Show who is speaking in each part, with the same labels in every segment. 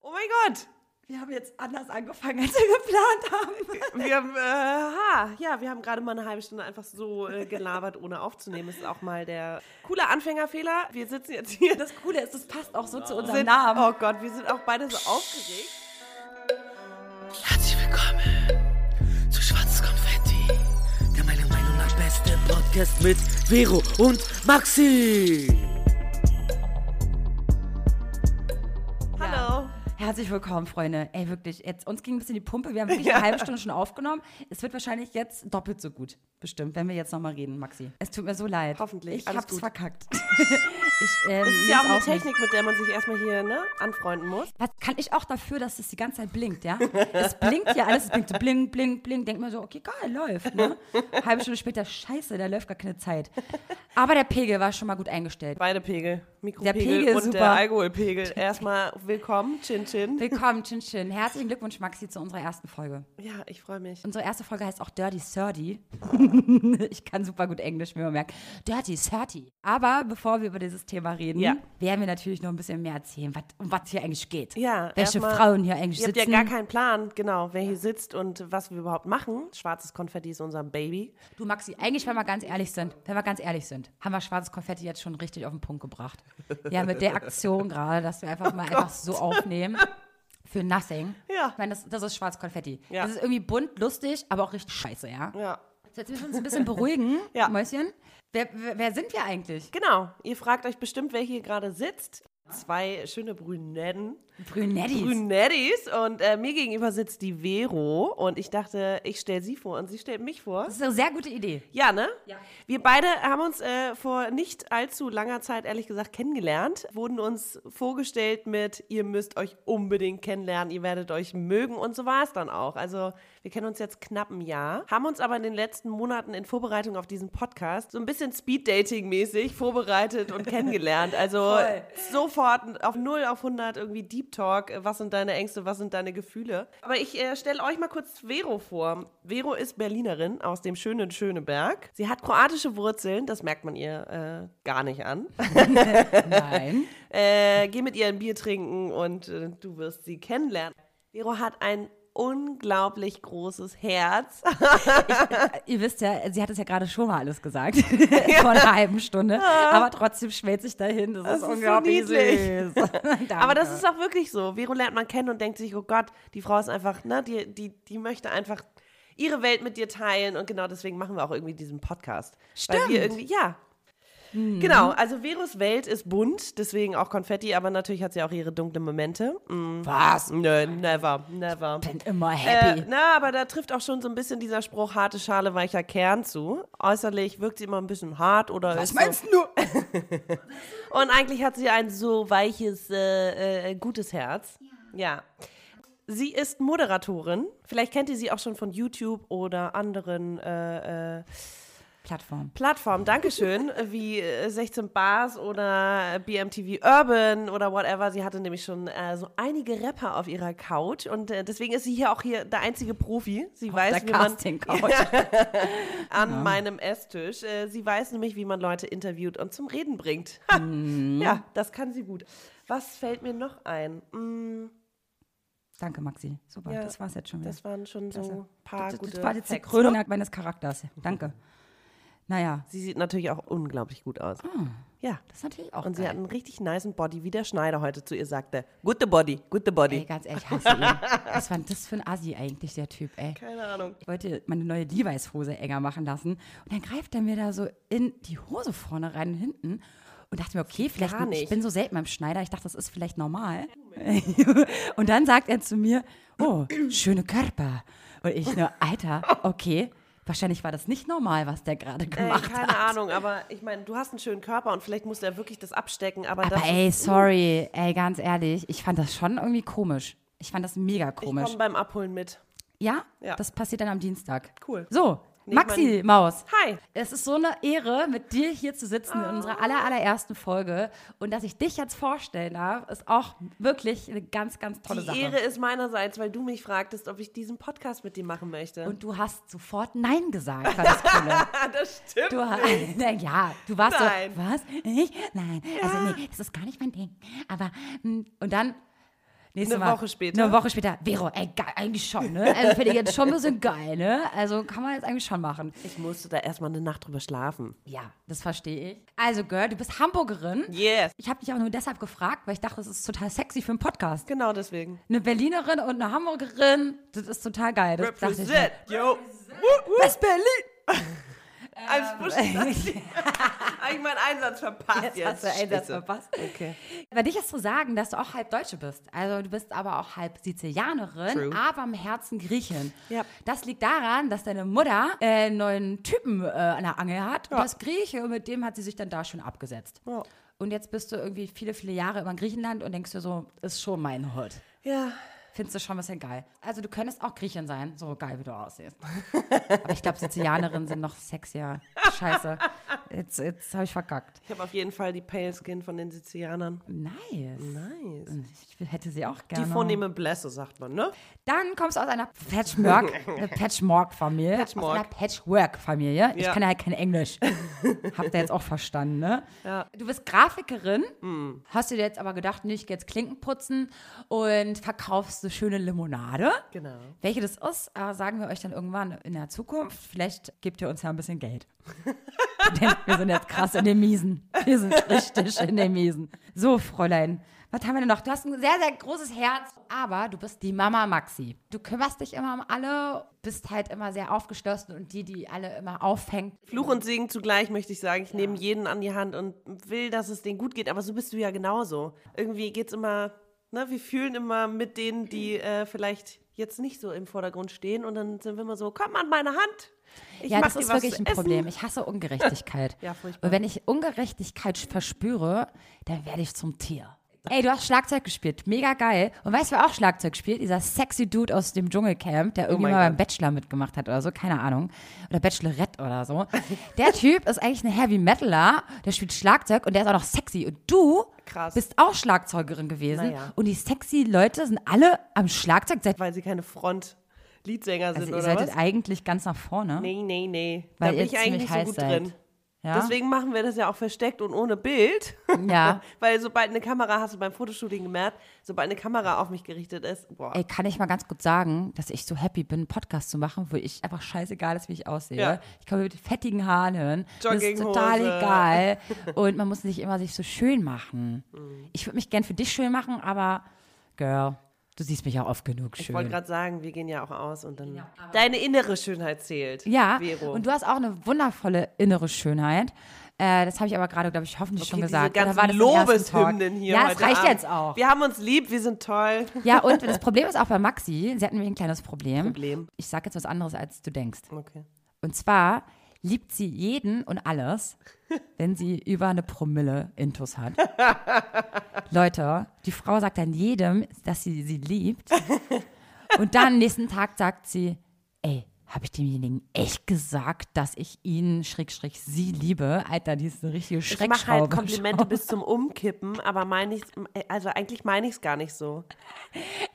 Speaker 1: Oh
Speaker 2: mein Gott.
Speaker 1: Wir haben jetzt anders angefangen, als wir geplant haben.
Speaker 2: Wir haben, äh, ha, ja, wir haben gerade mal eine halbe Stunde einfach so äh, gelabert, ohne aufzunehmen. Das ist auch mal der coole Anfängerfehler. Wir sitzen jetzt hier.
Speaker 1: Das Coole ist, das passt auch so zu unserem
Speaker 2: sind,
Speaker 1: Namen.
Speaker 2: oh Gott, wir sind auch beide so aufgeregt.
Speaker 3: Herzlich willkommen zu Schwarzkonfetti, der meiner Meinung nach beste Podcast mit Vero und Maxi.
Speaker 2: Hallo.
Speaker 1: Herzlich willkommen, Freunde. Ey, wirklich, jetzt, uns ging ein bisschen die Pumpe. Wir haben wirklich eine halbe Stunde schon aufgenommen. Es wird wahrscheinlich jetzt doppelt so gut. Bestimmt, wenn wir jetzt nochmal reden, Maxi. Es tut mir so leid.
Speaker 2: Hoffentlich,
Speaker 1: Ich
Speaker 2: alles
Speaker 1: hab's
Speaker 2: gut.
Speaker 1: verkackt. ich, ähm,
Speaker 2: Das ist ja auch eine Technik, mit der man sich erstmal hier ne, anfreunden muss.
Speaker 1: Was kann ich auch dafür, dass es die ganze Zeit blinkt, ja? Es blinkt ja alles, es blinkt so bling, bling, bling. Denkt man so, okay, geil, läuft, ne? Halbe Stunde später, scheiße, da läuft gar keine Zeit. Aber der Pegel war schon mal gut eingestellt.
Speaker 2: Beide Pegel. Mikropegel
Speaker 1: Pegel ist
Speaker 2: und der
Speaker 1: super.
Speaker 2: Alkoholpegel. Erstmal willkommen, Chin Chin.
Speaker 1: Willkommen, Chin Chin. Herzlichen Glückwunsch, Maxi, zu unserer ersten Folge.
Speaker 2: Ja, ich freue mich.
Speaker 1: Unsere erste Folge heißt auch Dirty Thirty. ich kann super gut Englisch, wie man merkt. Dirty Thirty. Aber bevor wir über dieses Thema reden,
Speaker 2: Ja.
Speaker 1: werden wir natürlich noch ein bisschen mehr erzählen, wat, um was hier eigentlich geht.
Speaker 2: Ja,
Speaker 1: Welche
Speaker 2: erstmal-
Speaker 1: Frauen hier eigentlich
Speaker 2: Ihr habt
Speaker 1: sitzen.
Speaker 2: ja gar keinen Plan, genau, wer hier sitzt und was wir überhaupt machen. Schwarzes Konfetti ist unser Baby.
Speaker 1: Du Maxi, eigentlich, wenn wir ganz ehrlich sind, wenn wir ganz ehrlich sind, haben wir schwarzes Konfetti jetzt schon richtig auf den Punkt gebracht. Ja, mit der Aktion gerade, dass wir einfach mal einfach so aufnehmen. Für nothing.
Speaker 2: Oh Ja.
Speaker 1: Ich meine, das, das ist schwarz Konfetti.
Speaker 2: Ja.
Speaker 1: Das ist irgendwie bunt, lustig, aber auch richtig scheiße, ja?
Speaker 2: Ja.
Speaker 1: So, jetzt müssen wir uns ein bisschen beruhigen,
Speaker 2: Ja.
Speaker 1: Mäuschen. Wer, wer, wer sind wir eigentlich?
Speaker 2: Genau, ihr fragt euch bestimmt, wer hier gerade sitzt. Zwei schöne Brünetten.
Speaker 1: Brünettis.
Speaker 2: Brünettis. Und äh, mir gegenüber sitzt die Vero. Und ich dachte, ich stelle sie vor und sie stellt mich vor.
Speaker 1: das ist eine sehr gute Idee.
Speaker 2: Ja, ne?
Speaker 1: Ja.
Speaker 2: Wir beide haben uns äh, vor nicht allzu langer Zeit, ehrlich gesagt, kennengelernt, wurden uns vorgestellt mit, ihr müsst euch unbedingt kennenlernen, ihr werdet euch mögen und so war es dann auch. Also wir kennen uns jetzt knapp ein Jahr, haben uns aber in den letzten Monaten in Vorbereitung auf diesen Podcast so ein bisschen Speed-Dating-mäßig vorbereitet und kennengelernt. Also
Speaker 1: Voll.
Speaker 2: sofort auf 0 auf 100 irgendwie Deep Talk, äh, was sind deine Ängste, was sind deine Gefühle. Aber ich äh, stelle euch mal kurz Vero vor. Vero ist Berlinerin aus dem schönen Schöneberg. Sie hat kroatische Wurzeln, das merkt man ihr äh, gar nicht an.
Speaker 1: Nein.
Speaker 2: Äh, geh mit ihr ein Bier trinken und äh, du wirst sie kennenlernen. Vero hat ein unglaublich großes Herz.
Speaker 1: Ihr wisst ja, sie hat es ja gerade schon mal alles gesagt. Vor einer halben Stunde. Aber trotzdem schwält sich dahin. Das, ist
Speaker 2: ist so
Speaker 1: unglaublich
Speaker 2: niedlich.
Speaker 1: süß.
Speaker 2: Aber das ist auch wirklich so. Vero lernt man kennen und denkt sich, oh Gott, die Frau ist einfach, ne, die, die, die möchte einfach ihre Welt mit dir teilen und genau deswegen machen wir auch irgendwie diesen Podcast. Weil
Speaker 1: Stimmt. Mhm.
Speaker 2: wir irgendwie, ja. Genau, also Veros Welt ist bunt, deswegen auch Konfetti, aber natürlich hat sie auch ihre dunklen Momente. Mm. Was? Nö, never, never.
Speaker 1: bin immer
Speaker 2: Äh,
Speaker 1: happy.
Speaker 2: na, aber da trifft auch schon so ein bisschen dieser Spruch harte Schale, weicher Kern zu. Äußerlich wirkt sie immer ein bisschen hart oder ist so,
Speaker 1: du?
Speaker 2: und eigentlich hat sie ein so weiches, äh, äh, gutes Herz. Ja. Sie ist Moderatorin. Vielleicht kennt ihr sie auch schon von YouTube oder anderen äh, äh,
Speaker 1: Plattform.
Speaker 2: Plattformen. Dankeschön, wie äh, 16 Bars oder BMTV Urban oder whatever. Sie hatte nämlich schon äh, so einige Rapper auf ihrer Couch und äh, deswegen ist sie hier auch hier der einzige Profi. Sie weiß,
Speaker 1: der
Speaker 2: wie man
Speaker 1: Casting-Couch.
Speaker 2: an meinem Esstisch. Äh, sie weiß nämlich, wie man Leute interviewt und zum Reden bringt. Ha.
Speaker 1: Mhm.
Speaker 2: Ja, das kann sie gut. Was fällt mir noch ein? Mm,
Speaker 1: Danke, Maxi. Super,
Speaker 2: Ja,
Speaker 1: das war's jetzt schon wieder.
Speaker 2: Das waren schon so ein paar
Speaker 1: Also, Das,
Speaker 2: gute
Speaker 1: das war jetzt die
Speaker 2: Facts.
Speaker 1: Krönung meines Charakters. Danke. Naja,
Speaker 2: Sie sieht natürlich auch unglaublich gut aus. Ja.
Speaker 1: Ah, das ist natürlich auch
Speaker 2: Und sie
Speaker 1: geil.
Speaker 2: hat einen richtig niceen Body, wie der Schneider heute zu ihr sagte. Gute Body, gute
Speaker 1: Ey,
Speaker 2: Body.
Speaker 1: ganz ehrlich, ich hasse ihn. Was war denn das für ein Assi eigentlich, der Typ, ey?
Speaker 2: Keine Ahnung.
Speaker 1: Ich wollte meine neue Levi's-Hose enger machen lassen. Und dann greift er mir da so in die Hose vorne rein und hinten. Und dachte mir, okay, vielleicht,
Speaker 2: Gar nicht.
Speaker 1: ich bin so selten beim Schneider, ich dachte, das ist vielleicht normal. und dann sagt er zu mir, oh, schöne Körper. Und ich nur, Alter, okay, wahrscheinlich war das nicht normal, was der gerade
Speaker 2: Ey,
Speaker 1: gemacht
Speaker 2: keine
Speaker 1: hat.
Speaker 2: Ahnung, aber ich meine, du hast einen schönen Körper und vielleicht musste er wirklich das abstecken, aber,
Speaker 1: Aber
Speaker 2: das
Speaker 1: ey, sorry, ey, ganz ehrlich, ich fand das schon irgendwie komisch. Ich fand das mega
Speaker 2: ich
Speaker 1: komisch.
Speaker 2: komme beim Abholen mit.
Speaker 1: Ja?
Speaker 2: Ja.
Speaker 1: Das passiert dann am Dienstag.
Speaker 2: Cool.
Speaker 1: So,
Speaker 2: Nee,
Speaker 1: Maxi Maus.
Speaker 2: Hi.
Speaker 1: Es ist so eine Ehre, mit dir hier zu sitzen in unserer aller, allerersten Folge. Und dass ich dich jetzt vorstellen darf, ist auch wirklich eine ganz, ganz tolle
Speaker 2: Die
Speaker 1: Sache.
Speaker 2: Ehre ist meinerseits, weil du mich fragtest, ob ich diesen Podcast mit dir machen möchte.
Speaker 1: Und du hast sofort Nein gesagt, war das Coole.
Speaker 2: ah, das stimmt.
Speaker 1: Du hast, na ja, du warst
Speaker 2: Nein.
Speaker 1: so, was? Ich? Nein. Also nee, das ist gar nicht mein Ding. Aber, mm, hm, und dann, Nächste
Speaker 2: Eine
Speaker 1: Mal-
Speaker 2: Woche später.
Speaker 1: Eine Woche später. Vero, ey, geil, eigentlich schon, ne? Also finde ich jetzt schon ein bisschen geil, ne? Also kann man jetzt eigentlich schon machen.
Speaker 2: Ich musste da erstmal eine Nacht drüber schlafen.
Speaker 1: Ja, das verstehe ich. Also, Girl, du bist Hamburgerin.
Speaker 2: Yes.
Speaker 1: Ich habe dich auch nur deshalb gefragt, weil ich dachte, das ist total sexy für einen Podcast.
Speaker 2: Genau deswegen.
Speaker 1: Eine Berlinerin und eine Hamburgerin, das ist total geil. Das dachte ich mir.
Speaker 2: Represent, yo.
Speaker 1: West Berlin!
Speaker 2: Als Busch, habe ich meinen Einsatz verpasst.
Speaker 1: Jetzt hast du einen Satz verpasst.
Speaker 2: Okay.
Speaker 1: Bei dich ist zu sagen, dass du auch halb Deutsche bist. Also du bist aber auch halb Sizilianerin,
Speaker 2: True.
Speaker 1: aber im Herzen Griechin.
Speaker 2: Ja.
Speaker 1: Das liegt daran, dass deine Mutter äh, einen neuen Typen äh, an der Angel hat. Ja. Das Grieche und mit dem hat sie sich dann da schon abgesetzt.
Speaker 2: Ja.
Speaker 1: Und jetzt bist du irgendwie viele, viele Jahre immer in Griechenland und denkst dir so, ist schon mein Hut.
Speaker 2: Ja.
Speaker 1: Findest du schon ein bisschen geil. Also du könntest auch Griechin sein, so geil wie du aussiehst. aber ich glaube, Sizilianerinnen sind noch sexier. Scheiße. Jetzt, jetzt habe ich verkackt.
Speaker 2: Ich habe auf jeden Fall die Pale Skin von den Sizilianern.
Speaker 1: Nice.
Speaker 2: Nice.
Speaker 1: Ich hätte sie auch
Speaker 2: Die
Speaker 1: gerne.
Speaker 2: vornehme Blässe, sagt man, ne?
Speaker 1: Dann kommst du aus einer Patchwork, eine Patchwork-Familie.
Speaker 2: Patchwork.
Speaker 1: Aus einer Patchwork-Familie. Ich
Speaker 2: Ja.
Speaker 1: kann ja halt kein Englisch. Habt ihr jetzt auch verstanden, ne? Du bist Grafikerin.
Speaker 2: Mhm.
Speaker 1: Hast du dir jetzt aber gedacht, nee, ich geh jetzt Klinken putzen und verkaufst eine schöne Limonade.
Speaker 2: Genau.
Speaker 1: Welche das ist, äh, sagen wir euch dann irgendwann in der Zukunft. Vielleicht gebt ihr uns ja ein bisschen Geld. Denn wir sind jetzt krass in den Miesen. Wir sind richtig in den Miesen. So, Fräulein, was haben wir denn noch? Du hast ein sehr, sehr großes Herz, aber du bist die Mama Maxi. Du kümmerst dich immer um alle, bist halt immer sehr aufgeschlossen und die, die alle immer auffängt.
Speaker 2: Fluch und Segen zugleich, möchte ich sagen. Ich nehme jeden an die Hand und will, dass es denen gut geht. Aber so bist du ja genauso. Irgendwie geht's immer, ne? Wir fühlen immer mit denen, die äh, vielleicht jetzt nicht so im Vordergrund stehen. Und dann sind wir immer so, komm an meine Hand. Ich
Speaker 1: ja,
Speaker 2: mach
Speaker 1: das
Speaker 2: dir
Speaker 1: ist
Speaker 2: was
Speaker 1: wirklich
Speaker 2: zu
Speaker 1: ein
Speaker 2: essen.
Speaker 1: Problem. Ich hasse Ungerechtigkeit.
Speaker 2: Ja, furchtbar.
Speaker 1: Und wenn ich Ungerechtigkeit verspüre, dann werde ich zum Tier. Ey, du hast Schlagzeug gespielt. Mega geil. Und weißt du, wer auch Schlagzeug spielt? Dieser sexy Dude aus dem Dschungelcamp, der irgendwie
Speaker 2: Oh mein
Speaker 1: mal beim
Speaker 2: Gott.
Speaker 1: Bachelor mitgemacht hat oder so. Keine Ahnung. Oder Bachelorette oder so. Der Typ ist eigentlich ein Heavy Metaler. Der spielt Schlagzeug und der ist auch noch sexy. Und du
Speaker 2: Krass.
Speaker 1: bist auch Schlagzeugerin gewesen.
Speaker 2: Naja.
Speaker 1: Und die sexy Leute sind alle am Schlagzeug. Seit
Speaker 2: Weil sie keine Front-Liedsänger sind
Speaker 1: also ihr
Speaker 2: oder
Speaker 1: solltet
Speaker 2: was?
Speaker 1: eigentlich ganz nach vorne.
Speaker 2: Nee, nee, nee.
Speaker 1: Weil
Speaker 2: da
Speaker 1: ihr
Speaker 2: bin ich
Speaker 1: ziemlich
Speaker 2: eigentlich nicht so
Speaker 1: heiß
Speaker 2: gut
Speaker 1: seid. ne?
Speaker 2: drin.
Speaker 1: Ja?
Speaker 2: Deswegen machen wir das ja auch versteckt und ohne Bild.
Speaker 1: Ja.
Speaker 2: Weil sobald eine Kamera, hast du beim Fotoshooting gemerkt, sobald eine Kamera auf mich gerichtet ist, boah.
Speaker 1: Ey, kann ich mal ganz kurz sagen, dass ich so happy bin, einen Podcast zu machen, wo ich einfach scheißegal ist, wie ich aussehe.
Speaker 2: Ja.
Speaker 1: Ich komme mit fettigen Haaren hin. Das ist
Speaker 2: Jogginghose.
Speaker 1: total egal. Und man muss nicht immer sich so schön machen.
Speaker 2: Mhm.
Speaker 1: Ich würde mich gern für dich schön machen, aber Girl, du siehst mich auch oft genug
Speaker 2: ich wollte
Speaker 1: schön.
Speaker 2: gerade sagen, wir gehen ja auch aus und dann. Deine innere Schönheit zählt.
Speaker 1: Ja,
Speaker 2: Vero.
Speaker 1: und du hast auch eine wundervolle innere Schönheit. Äh, das habe ich aber gerade, glaube ich, hoffentlich schon
Speaker 2: diese
Speaker 1: gesagt. Oder
Speaker 2: ganzen
Speaker 1: war das im ersten
Speaker 2: Lobeshymnen
Speaker 1: Talk?
Speaker 2: hier.
Speaker 1: Ja,
Speaker 2: heute
Speaker 1: es reicht
Speaker 2: Abend.
Speaker 1: jetzt auch.
Speaker 2: Wir haben uns lieb, wir sind toll.
Speaker 1: Ja, und das Problem ist auch bei Maxi, sie hat nämlich ein kleines Problem.
Speaker 2: Problem.
Speaker 1: Ich sage jetzt was anderes, als du denkst.
Speaker 2: Okay.
Speaker 1: Und zwar liebt sie jeden und alles, wenn sie über eine Promille Intus hat. Leute, die Frau sagt dann jedem, dass sie sie liebt. Und dann am nächsten Tag sagt sie, ey, habe ich demjenigen echt gesagt, dass ich ihn, Schrägstrich, sie liebe? Alter, die ist eine richtige
Speaker 2: Ich
Speaker 1: Schreckschraube.
Speaker 2: mache halt Komplimente bis zum Umkippen, aber meine ich, also eigentlich meine ich es gar nicht so.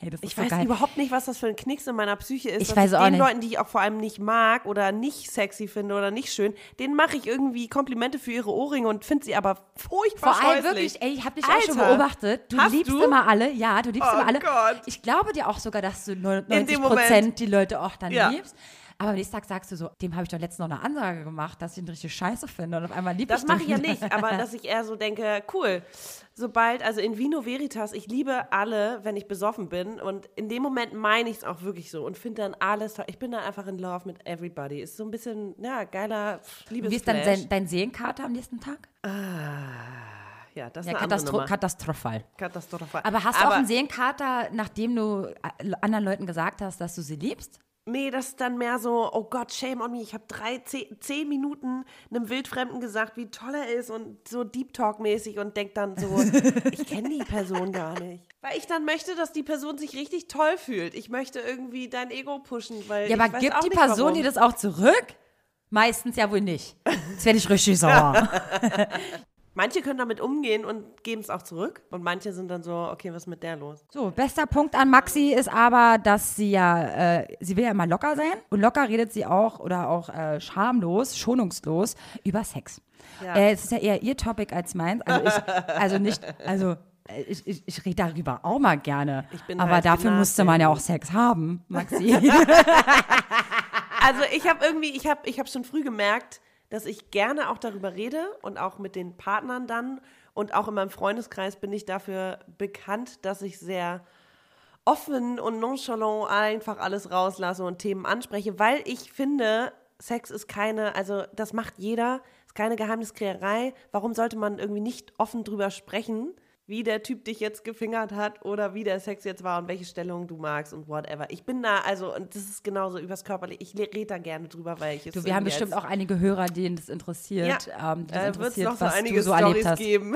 Speaker 1: Ey, das ist
Speaker 2: Ich
Speaker 1: so
Speaker 2: weiß
Speaker 1: geil.
Speaker 2: überhaupt nicht, was das für ein Knicks in meiner Psyche ist.
Speaker 1: Ich
Speaker 2: dass
Speaker 1: weiß auch
Speaker 2: den
Speaker 1: nicht.
Speaker 2: Leuten, die ich auch vor allem nicht mag oder nicht sexy finde oder nicht schön, denen mache ich irgendwie Komplimente für ihre Ohrringe und finde sie aber furchtbar
Speaker 1: Vor allem
Speaker 2: scheußlich.
Speaker 1: wirklich, ey, ich habe dich auch
Speaker 2: Alter,
Speaker 1: schon beobachtet. Du
Speaker 2: hast
Speaker 1: liebst
Speaker 2: du?
Speaker 1: immer alle, ja, du liebst
Speaker 2: Oh
Speaker 1: immer alle.
Speaker 2: Gott.
Speaker 1: Ich glaube dir auch sogar, dass du
Speaker 2: In
Speaker 1: 90
Speaker 2: dem
Speaker 1: Prozent
Speaker 2: Moment.
Speaker 1: die Leute auch dann
Speaker 2: Ja.
Speaker 1: liebst. Aber am nächsten Tag sagst du so, dem habe ich doch letztens noch eine Ansage gemacht, dass ich ihn richtig scheiße finde. Und auf einmal lieb
Speaker 2: Das
Speaker 1: ich
Speaker 2: mache ich
Speaker 1: den
Speaker 2: ja nicht, aber dass ich eher so denke, cool, sobald, also in Vino Veritas, ich liebe alle, wenn ich besoffen bin und in dem Moment meine ich es auch wirklich so und finde dann alles toll. Ich bin dann einfach in love mit everybody. Ist so ein bisschen, ja, geiler
Speaker 1: Wie ist
Speaker 2: Liebesflash.
Speaker 1: dann dein, dein Seelenkater am nächsten Tag?
Speaker 2: ja, das ist
Speaker 1: Ja,
Speaker 2: eine andere
Speaker 1: Katastro
Speaker 2: Nummer.
Speaker 1: katastrophal.
Speaker 2: Katastrophal.
Speaker 1: Aber hast du auch einen Seelenkater, nachdem du äh, anderen Leuten gesagt hast, dass du sie liebst?
Speaker 2: Nee, das ist dann mehr so, oh Gott, shame on me. Ich habe drei, zehn, zehn Minuten einem Wildfremden gesagt, wie toll er ist und so Deep Talk-mäßig und denk dann so, ich kenne die Person gar nicht. Weil ich dann möchte, dass die Person sich richtig toll fühlt. Ich möchte irgendwie dein Ego pushen, weil.
Speaker 1: Ja,
Speaker 2: ich
Speaker 1: aber
Speaker 2: weiß
Speaker 1: gibt
Speaker 2: auch
Speaker 1: die
Speaker 2: nicht,
Speaker 1: Person
Speaker 2: warum.
Speaker 1: dir das auch zurück? Meistens ja wohl nicht. Jetzt werde ich richtig sauer.
Speaker 2: Manche können damit umgehen und geben es auch zurück. Und manche sind dann so, okay, was ist mit der los?
Speaker 1: So, bester Punkt an Maxi ist aber, dass sie ja, äh, sie will ja immer locker sein und locker redet sie auch oder auch äh, schamlos, schonungslos über Sex.
Speaker 2: Ja.
Speaker 1: Äh, es ist ja eher ihr Topic als meins. Also, ich, also nicht, also ich, ich, ich rede darüber auch mal gerne.
Speaker 2: bin
Speaker 1: Aber
Speaker 2: halt
Speaker 1: dafür
Speaker 2: Gymnastin.
Speaker 1: musste man ja auch Sex haben, Maxi.
Speaker 2: Also ich habe irgendwie, ich habe ich hab schon früh gemerkt, dass ich gerne auch darüber rede und auch mit den Partnern dann. Und auch in meinem Freundeskreis bin ich dafür bekannt, dass ich sehr offen und nonchalant einfach alles rauslasse und Themen anspreche, weil ich finde, Sex ist keine, also das macht jeder, ist keine Geheimniskräerei. Warum sollte man irgendwie nicht offen drüber sprechen, wie der Typ dich jetzt gefingert hat oder wie der Sex jetzt war und welche Stellung du magst und whatever. Ich bin da, also, und das ist genauso übers Körperliche, ich rede da gerne drüber, weil ich es
Speaker 1: Du, wir haben
Speaker 2: irgendwie
Speaker 1: bestimmt
Speaker 2: als-
Speaker 1: auch einige Hörer, denen das interessiert,
Speaker 2: Ja,
Speaker 1: ähm, die das
Speaker 2: äh, wird es
Speaker 1: interessiert,
Speaker 2: noch so
Speaker 1: was
Speaker 2: einige
Speaker 1: du so erlebt
Speaker 2: Storys
Speaker 1: hast.
Speaker 2: geben.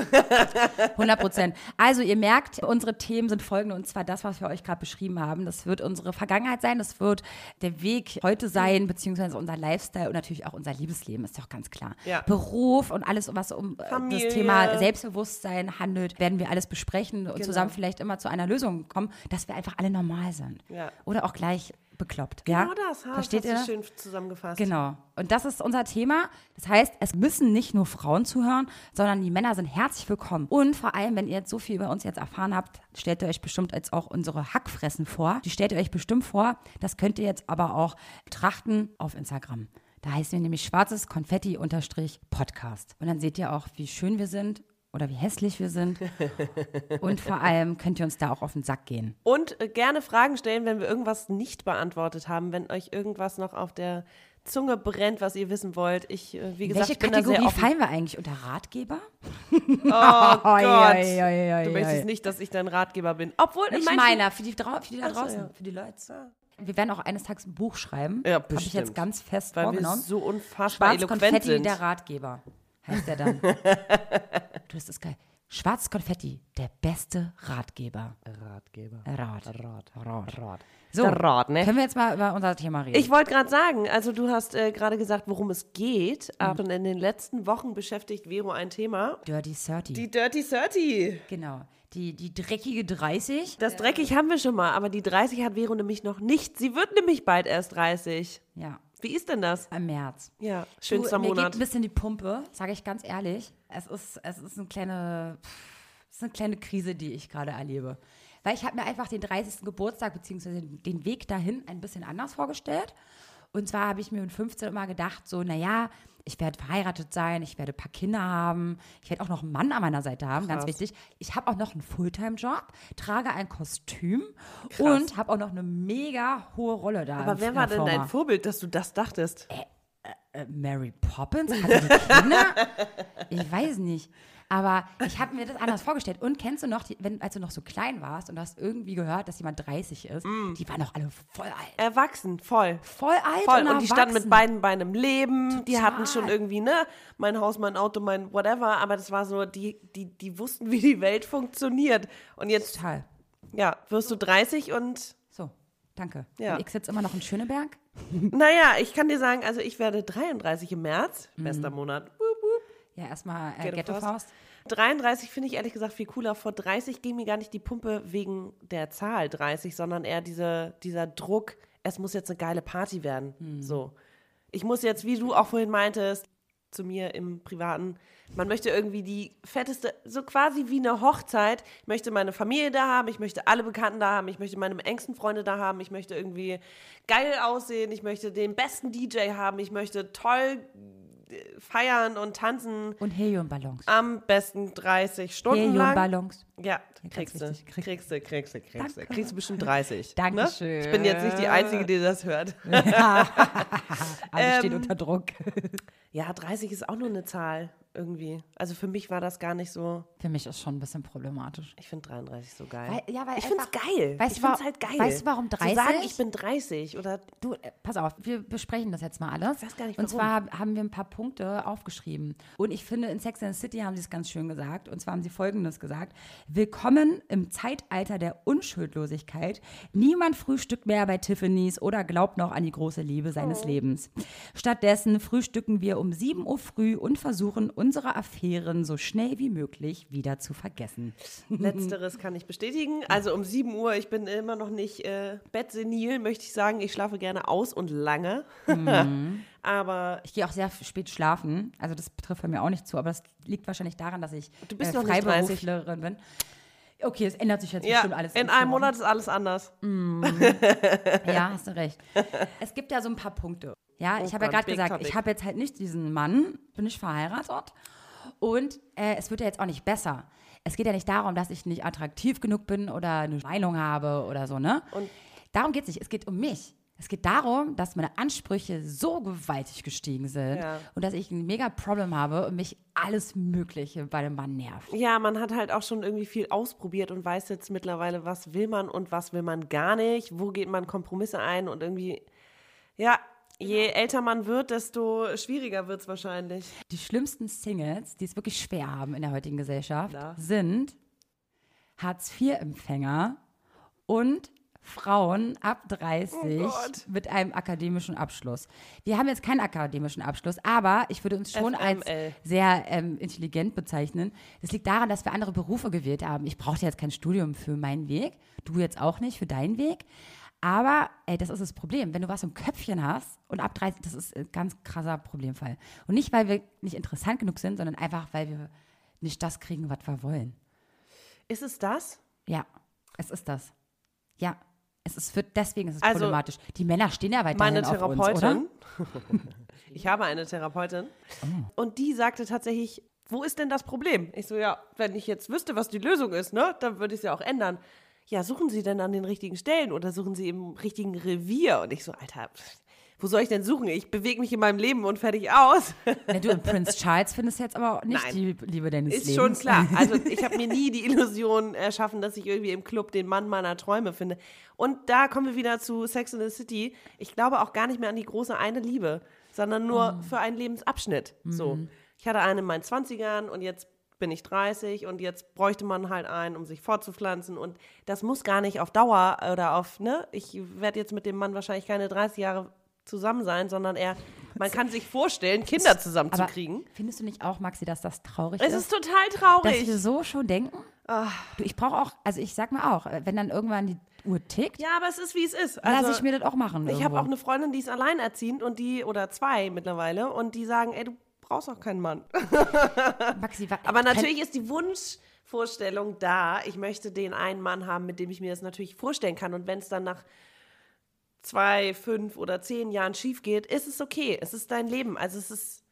Speaker 1: 100 Prozent. Also ihr merkt, unsere Themen sind folgende und zwar das, was wir euch gerade beschrieben haben. Das wird unsere Vergangenheit sein, das wird der Weg heute sein, beziehungsweise unser Lifestyle und natürlich auch unser Liebesleben, ist doch ganz klar.
Speaker 2: Ja.
Speaker 1: Beruf und alles, was um äh,
Speaker 2: Familie.
Speaker 1: das Thema Selbstbewusstsein handelt, werden wir alles besprechen
Speaker 2: Genau.
Speaker 1: und zusammen vielleicht immer zu einer Lösung kommen, dass wir einfach alle normal sind.
Speaker 2: Ja.
Speaker 1: Oder auch gleich bekloppt. ja?
Speaker 2: Genau das, ha,
Speaker 1: Versteht
Speaker 2: das
Speaker 1: ihr?
Speaker 2: hast du schön zusammengefasst.
Speaker 1: Genau. Und das ist unser Thema. Das heißt, es müssen nicht nur Frauen zuhören, sondern die Männer sind herzlich willkommen. Und vor allem, wenn ihr jetzt so viel über uns jetzt erfahren habt, stellt ihr euch bestimmt jetzt auch unsere Hackfressen vor. Die stellt ihr euch bestimmt vor. Das könnt ihr jetzt aber auch betrachten auf Instagram. Da heißen wir nämlich schwarzes Konfetti-Podcast. Und dann seht ihr auch, wie schön wir sind oder wie hässlich wir sind. Und vor allem könnt ihr uns da auch auf den Sack gehen.
Speaker 2: Und äh, gerne Fragen stellen, wenn wir irgendwas nicht beantwortet haben, wenn euch irgendwas noch auf der Zunge brennt, was ihr wissen wollt. Ich, äh, wie gesagt,
Speaker 1: Welche
Speaker 2: ich bin da sehr
Speaker 1: Kategorie
Speaker 2: offen.
Speaker 1: fallen wir eigentlich? Unter Ratgeber?
Speaker 2: Oh Gott,
Speaker 1: Oi, oi, oi, oi,
Speaker 2: du möchtest
Speaker 1: oi.
Speaker 2: nicht, dass ich dein Ratgeber bin. Obwohl, in
Speaker 1: Nicht
Speaker 2: manchen-
Speaker 1: meiner, für die, drau- für die da draußen,
Speaker 2: ja.
Speaker 1: für die Leute. Wir werden auch eines Tages ein Buch schreiben.
Speaker 2: Ja,
Speaker 1: Habe ich jetzt
Speaker 2: bestimmt.
Speaker 1: ganz fest
Speaker 2: Weil wir
Speaker 1: vorgenommen.
Speaker 2: so unfassbar
Speaker 1: Schwarz
Speaker 2: eloquent
Speaker 1: Konfetti,
Speaker 2: sind.
Speaker 1: der Ratgeber, heißt er dann. du, das ist geil. Schwarz Konfetti, der beste Ratgeber.
Speaker 2: Ratgeber.
Speaker 1: Rat. Rat. Rat. So,
Speaker 2: Der Rat, ne?
Speaker 1: können wir jetzt mal über unser Thema reden?
Speaker 2: Ich wollte gerade sagen, also du hast äh, gerade gesagt, worum es geht,
Speaker 1: Mhm.
Speaker 2: aber in den letzten Wochen beschäftigt Vero ein Thema.
Speaker 1: Dirty 30.
Speaker 2: Die Dirty 30.
Speaker 1: genau. Die, die dreckige 30.
Speaker 2: Das dreckig haben wir schon mal, aber die 30 hat Vero nämlich noch nicht. Sie wird nämlich bald erst 30.
Speaker 1: Ja,
Speaker 2: Wie ist denn das?
Speaker 1: im März.
Speaker 2: Ja,
Speaker 1: Du,
Speaker 2: schönster
Speaker 1: mir
Speaker 2: Monat.
Speaker 1: geht ein bisschen die Pumpe, sage ich ganz ehrlich. Es ist, es ist eine kleine, pff, es ist eine kleine Krise, die ich gerade erlebe. Weil ich habe mir einfach den 30. Geburtstag beziehungsweise den Weg dahin ein bisschen anders vorgestellt. Und zwar habe ich mir mit 15 immer gedacht, so, naja, ich werde verheiratet sein, ich werde ein paar Kinder haben, ich werde auch noch einen Mann an meiner Seite haben, ganz wichtig. Ich habe auch noch einen Fulltime-Job, trage ein Kostüm und habe auch noch eine mega hohe Rolle da. im-
Speaker 2: aber wer
Speaker 1: in
Speaker 2: war
Speaker 1: der
Speaker 2: denn
Speaker 1: Firma.
Speaker 2: dein Vorbild, dass du das dachtest?
Speaker 1: Äh. Mary Poppins? Hatte die Kinder? ich weiß nicht. Aber ich habe mir das anders vorgestellt. Und kennst du noch, die, wenn, als du noch so klein warst und hast irgendwie gehört, dass jemand 30 ist,
Speaker 2: Mm.
Speaker 1: die waren doch alle voll alt.
Speaker 2: Erwachsen, voll.
Speaker 1: Voll alt
Speaker 2: Voll.
Speaker 1: und,
Speaker 2: Und die standen mit
Speaker 1: erwachsen.
Speaker 2: beiden Beinen im Leben. Die
Speaker 1: Total.
Speaker 2: hatten schon irgendwie, ne, mein Haus, mein Auto, mein whatever. Aber das war so, die, die, die wussten, wie die Welt funktioniert. Und jetzt,
Speaker 1: Total.
Speaker 2: ja, wirst du 30 und,
Speaker 1: So, danke.
Speaker 2: Ja.
Speaker 1: Und ich sitze immer noch in Schöneberg.
Speaker 2: naja, ich kann dir sagen, also ich werde 33 im März.
Speaker 1: Mhm.
Speaker 2: Bester Monat. Wup, wup.
Speaker 1: Ja, erstmal äh,
Speaker 2: Ghetto
Speaker 1: Ghetto
Speaker 2: Faust.
Speaker 1: Faust.
Speaker 2: 33 finde ich ehrlich gesagt viel cooler. Vor 30 ging mir gar nicht die Pumpe wegen der Zahl 30, sondern eher diese, dieser Druck, es muss jetzt eine geile Party werden. So. Ich muss jetzt, wie du auch vorhin meintest, zu mir im Privaten, man möchte irgendwie die fetteste, so quasi wie eine Hochzeit. Ich möchte meine Familie da haben, ich möchte alle Bekannten da haben, ich möchte meine engsten Freunde da haben, ich möchte irgendwie geil aussehen, ich möchte den besten DJ haben, ich möchte toll äh, feiern und tanzen.
Speaker 1: Und Heliumballons.
Speaker 2: Am besten 30 Stunden lang.
Speaker 1: Heliumballons.
Speaker 2: Ja,
Speaker 1: ganz
Speaker 2: kriegst du,
Speaker 1: wichtig. Krieg-
Speaker 2: kriegst du, kriegst du, kriegst du.
Speaker 1: Danke.
Speaker 2: Kriegst du bestimmt 30.
Speaker 1: Dankeschön.
Speaker 2: Ne? Ich bin jetzt nicht die Einzige, die das hört.
Speaker 1: Alles
Speaker 2: Ähm.
Speaker 1: steht unter Druck.
Speaker 2: Ja, 30 ist auch nur eine Zahl irgendwie. Also für mich war das gar nicht so.
Speaker 1: Für mich ist schon ein bisschen problematisch.
Speaker 2: Ich finde 33 so geil.
Speaker 1: Weil- ja, weil
Speaker 2: ich finde es
Speaker 1: einfach-
Speaker 2: geil.
Speaker 1: Weißt
Speaker 2: ich
Speaker 1: du, wa-
Speaker 2: finde es halt geil.
Speaker 1: weißt du, warum
Speaker 2: Zu sagen,
Speaker 1: 30?
Speaker 2: ich bin 30 oder
Speaker 1: Du, äh, pass auf, wir besprechen das jetzt mal alles.
Speaker 2: Ich weiß gar nicht,
Speaker 1: und
Speaker 2: warum.
Speaker 1: zwar hab- haben wir ein paar Punkte aufgeschrieben. Und ich finde, in Sex and the City haben sie es ganz schön gesagt. Und zwar haben sie Folgendes gesagt. Willkommen im Zeitalter der Unschuldlosigkeit. Niemand frühstückt mehr bei Tiffany's oder glaubt noch an die große Liebe
Speaker 2: Oh.
Speaker 1: seines Lebens. Stattdessen frühstücken wir um 7 Uhr früh und versuchen, unsere Affären so schnell wie möglich wieder zu vergessen.
Speaker 2: letzteres kann ich bestätigen. Also um 7 Uhr, ich bin immer noch nicht äh, bettsenil, möchte ich sagen. Ich schlafe gerne aus und lange. Aber
Speaker 1: Mhm. Ich gehe auch sehr spät schlafen. Also das trifft bei mir auch nicht zu, aber das liegt wahrscheinlich daran, dass ich
Speaker 2: Du bist
Speaker 1: äh,
Speaker 2: noch nicht 30.
Speaker 1: Freiberuflerin bin. Okay, es ändert sich jetzt
Speaker 2: Ja,
Speaker 1: bestimmt alles.
Speaker 2: in
Speaker 1: insgesamt.
Speaker 2: einem Monat ist alles anders.
Speaker 1: Ja, hast du recht. Es gibt ja so ein paar Punkte. Ja, ich habe ja
Speaker 2: Oh Gott,
Speaker 1: gerade
Speaker 2: big
Speaker 1: gesagt,
Speaker 2: topic.
Speaker 1: ich habe jetzt halt nicht diesen Mann, bin nicht verheiratet. Und äh, es wird ja jetzt auch nicht besser. Es geht ja nicht darum, dass ich nicht attraktiv genug bin oder eine Meinung habe oder so, ne? darum geht es nicht. Es geht um mich. Es geht darum, dass meine Ansprüche so gewaltig gestiegen sind
Speaker 2: Ja.
Speaker 1: und dass ich ein mega Problem habe und mich alles Mögliche bei dem Mann nervt.
Speaker 2: Ja, man hat halt auch schon irgendwie viel ausprobiert und weiß jetzt mittlerweile, was will man und was will man gar nicht, wo geht man Kompromisse ein und irgendwie, ja, je älter man wird, desto schwieriger wird es wahrscheinlich.
Speaker 1: Die schlimmsten Singles, die es wirklich schwer haben in der heutigen Gesellschaft,
Speaker 2: Na?
Speaker 1: sind Hartz-IV-Empfänger und Frauen ab 30
Speaker 2: Oh Gott.
Speaker 1: mit einem akademischen Abschluss. Wir haben jetzt keinen akademischen Abschluss, aber ich würde uns schon als
Speaker 2: FML.
Speaker 1: sehr ähm, intelligent bezeichnen. Das liegt daran, dass wir andere Berufe gewählt haben. Ich brauchte jetzt kein Studium für meinen Weg, du jetzt auch nicht für deinen Weg. Aber ey, das ist das Problem. Wenn du was im Köpfchen hast und ab 30, das ist ein ganz krasser Problemfall. Und nicht, weil wir nicht interessant genug sind, sondern einfach, weil wir nicht das kriegen, was wir wollen.
Speaker 2: Ist es das?
Speaker 1: Ja, es ist das. Ja, es ist für, deswegen ist es
Speaker 2: Also,
Speaker 1: problematisch. Die Männer stehen ja weiterhin
Speaker 2: Meine
Speaker 1: auf uns, oder?
Speaker 2: Therapeutin. ich habe eine Therapeutin. Und die sagte tatsächlich, wo ist denn das Problem? Ich so, ja, wenn ich jetzt wüsste, was die Lösung ist, ne, dann würde ich es ja auch ändern. Ja, suchen Sie denn an den richtigen Stellen oder suchen Sie im richtigen Revier? Und ich so, Alter, pff, wo soll ich denn suchen? Ich bewege mich in meinem Leben und fertig aus.
Speaker 1: Ja, du, und Prince Charles findest jetzt aber auch nicht
Speaker 2: Nein.
Speaker 1: die Liebe deines
Speaker 2: Ist
Speaker 1: Lebens.
Speaker 2: schon klar. Also ich habe mir nie die Illusion erschaffen, dass ich irgendwie im Club den Mann meiner Träume finde. Und da kommen wir wieder zu Sex in the City. Ich glaube auch gar nicht mehr an die große eine Liebe, sondern nur
Speaker 1: Oh.
Speaker 2: für einen Lebensabschnitt. So.
Speaker 1: Mhm.
Speaker 2: Ich hatte einen in meinen 20ern und jetzt bin ich 30 und jetzt bräuchte man halt einen, um sich fortzupflanzen. Und das muss gar nicht auf Dauer oder auf, ne? Ich werde jetzt mit dem Mann wahrscheinlich keine 30 Jahre zusammen sein, sondern eher, man kann sich vorstellen, Kinder
Speaker 1: Aber
Speaker 2: zusammenzukriegen.
Speaker 1: findest du nicht auch, Maxi, dass das traurig
Speaker 2: Es
Speaker 1: ist?
Speaker 2: ist total traurig. Ah.
Speaker 1: dass wir so schon denken? Du, ich brauche auch, also ich sag mal auch, wenn dann irgendwann die Uhr tickt,
Speaker 2: Ja, aber es ist wie es ist.
Speaker 1: lass
Speaker 2: Also,
Speaker 1: ich mir das auch machen.
Speaker 2: ich habe
Speaker 1: irgendwo.
Speaker 2: auch eine Freundin, die ist alleinerziehend und die oder zwei mittlerweile und die sagen, ey, du brauchst auch keinen Mann.
Speaker 1: Maxi, wa-
Speaker 2: ne- Aber
Speaker 1: trenn-
Speaker 2: natürlich ist die Wunschvorstellung da. Ich möchte den einen Mann haben, mit dem ich mir das natürlich vorstellen kann. Und wenn es dann nach zwei, fünf oder zehn Jahren schief geht, ist es okay. Es ist dein Leben. Also es ist,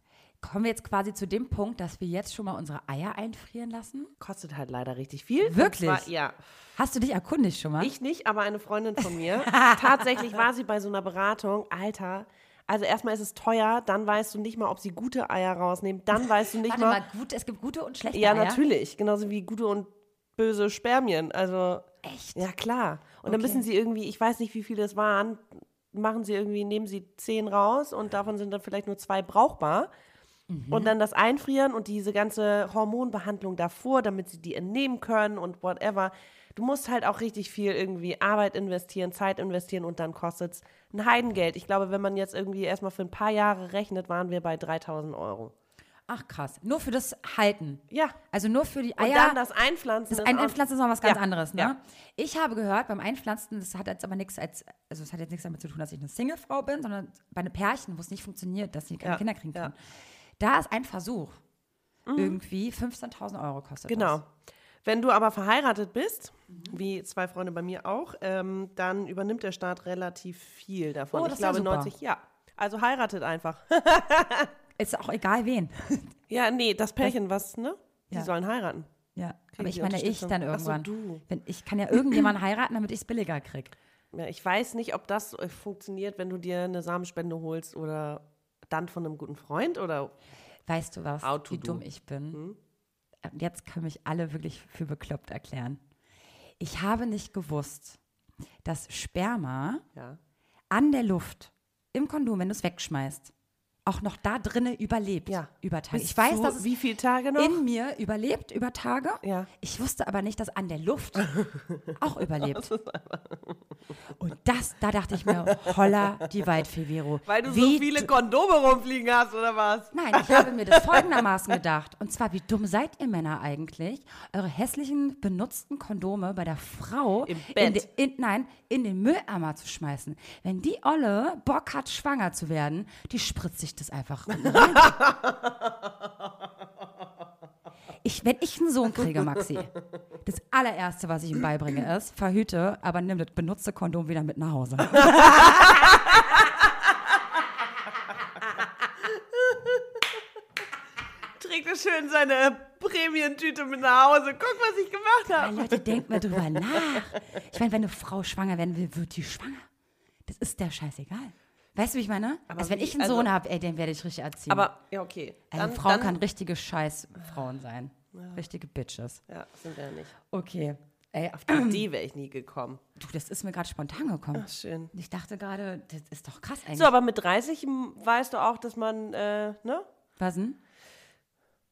Speaker 1: kommen wir jetzt quasi zu dem Punkt, dass wir jetzt schon mal unsere Eier einfrieren lassen.
Speaker 2: kostet halt leider richtig viel. Und
Speaker 1: Wirklich?
Speaker 2: Zwar, ja.
Speaker 1: Hast du dich erkundigt schon mal?
Speaker 2: Ich nicht, aber eine Freundin von mir. Tatsächlich war sie bei so einer Beratung. Alter, also erstmal ist es teuer, dann weißt du nicht mal, ob sie gute Eier rausnehmen, dann weißt du nicht
Speaker 1: Warte
Speaker 2: mal.
Speaker 1: mal, gut, es gibt gute und schlechte
Speaker 2: Ja,
Speaker 1: Eier.
Speaker 2: natürlich. Genauso wie gute und böse Spermien. Also,
Speaker 1: Echt?
Speaker 2: ja, klar. Und dann
Speaker 1: Okay.
Speaker 2: müssen sie irgendwie, ich weiß nicht, wie viele es waren, machen sie irgendwie, nehmen sie zehn raus und davon sind dann vielleicht nur zwei brauchbar.
Speaker 1: Mhm.
Speaker 2: Und dann das Einfrieren und diese ganze Hormonbehandlung davor, damit sie die entnehmen können und whatever. Du musst halt auch richtig viel irgendwie Arbeit investieren, Zeit investieren und dann kostet es ein Heidengeld. Ich glaube, wenn man jetzt irgendwie erstmal für ein paar Jahre rechnet, waren wir bei 3000 Euro.
Speaker 1: Ach krass, nur für das Halten.
Speaker 2: Ja.
Speaker 1: Also nur für die
Speaker 2: Und
Speaker 1: Eier.
Speaker 2: dann das Einpflanzen.
Speaker 1: Das
Speaker 2: ist
Speaker 1: ein
Speaker 2: auch-
Speaker 1: Einpflanzen ist noch was ganz
Speaker 2: Ja,
Speaker 1: anderes, ne?
Speaker 2: ja.
Speaker 1: Ich habe gehört, beim Einpflanzen, das hat jetzt aber nichts als, also es hat jetzt nichts damit zu tun, dass ich eine Singlefrau bin, sondern bei einem Pärchen, wo es nicht funktioniert, dass sie keine
Speaker 2: Ja,
Speaker 1: Kinder kriegen
Speaker 2: ja. Mhm.
Speaker 1: können. Da ist ein Versuch. Irgendwie 15.000 Euro kostet
Speaker 2: Genau.
Speaker 1: das.
Speaker 2: Wenn du aber verheiratet bist, wie zwei Freunde bei mir auch, ähm, dann übernimmt der Staat relativ viel davon.
Speaker 1: Oh,
Speaker 2: ich
Speaker 1: das ist ja
Speaker 2: glaube
Speaker 1: super.
Speaker 2: 90, ja. Also heiratet einfach.
Speaker 1: Ist auch egal wen.
Speaker 2: Ja, nee, das Pärchen, was, ne? Die
Speaker 1: Ja.
Speaker 2: sollen heiraten.
Speaker 1: Ja.
Speaker 2: Kriegen
Speaker 1: Aber ich
Speaker 2: die
Speaker 1: meine, ich
Speaker 2: Unterstützung.
Speaker 1: dann
Speaker 2: Ach so,
Speaker 1: irgendwann.
Speaker 2: du.
Speaker 1: Wenn, ich kann ja irgendjemanden heiraten, damit ich es billiger kriege.
Speaker 2: Ja, ich weiß nicht, ob das äh, funktioniert, wenn du dir eine Samenspende holst oder dann von einem guten Freund oder
Speaker 1: Weißt du was,
Speaker 2: Auto
Speaker 1: wie
Speaker 2: du. Hm?
Speaker 1: dumm ich bin? Und Jetzt können mich alle wirklich für bekloppt erklären. Ich habe nicht gewusst, dass Sperma
Speaker 2: ja.
Speaker 1: an der Luft im Kondom, wenn du es wegschmeißt, auch noch da drinne überlebt
Speaker 2: Ja.
Speaker 1: über Tage.
Speaker 2: Bis
Speaker 1: ich weiß,
Speaker 2: zu
Speaker 1: dass es
Speaker 2: wie viele Tage noch?
Speaker 1: in mir überlebt über Tage.
Speaker 2: Ja.
Speaker 1: Ich wusste aber nicht, dass an der Luft auch überlebt. Und das, da dachte ich mir, holla die Waldfee, Vero.
Speaker 2: Weil du
Speaker 1: Wie
Speaker 2: so viele
Speaker 1: du-
Speaker 2: Kondome rumfliegen hast oder was?
Speaker 1: Nein, ich habe mir das folgendermaßen gedacht. Und zwar, wie dumm seid ihr Männer eigentlich? Eure hässlichen, benutzten Kondome bei der Frau
Speaker 2: Im
Speaker 1: In
Speaker 2: Bett.
Speaker 1: de, in, nein, in den Mülleimer zu schmeißen. Wenn die Olle Bock hat, schwanger zu werden, die spritzt sich das einfach rein. Ich, wenn ich einen Sohn kriege, Maxi, Das allererste, was ich ihm beibringe, ist, verhüte, aber nimm das benutzte Kondom wieder mit nach Hause.
Speaker 2: Trägt er schön seine Prämientüte mit nach Hause. Guck, was ich gemacht
Speaker 1: Weil
Speaker 2: habe.
Speaker 1: Leute, denkt mal drüber nach. Ich meine, wenn eine Frau schwanger werden will, wird die schwanger. Das ist der scheißegal. Weißt du, wie ich meine?
Speaker 2: Aber
Speaker 1: also wenn
Speaker 2: wie-
Speaker 1: ich einen
Speaker 2: also-
Speaker 1: Sohn habe, ey, den werde ich richtig erziehen.
Speaker 2: Aber, Hm. ja, okay.
Speaker 1: also
Speaker 2: Dann,
Speaker 1: Frau
Speaker 2: dann,
Speaker 1: kann richtige Scheißfrauen sein. Richtige Bitches.
Speaker 2: Ja, sind wir ja nicht.
Speaker 1: Okay. Ey,
Speaker 2: Auf die Idee wäre ich nie gekommen.
Speaker 1: du, das ist mir gerade spontan gekommen.
Speaker 2: Schön.
Speaker 1: Ich dachte gerade, das ist doch krass eigentlich.
Speaker 2: So, aber mit 30 weißt du auch, dass man, äh, ne?
Speaker 1: Was denn?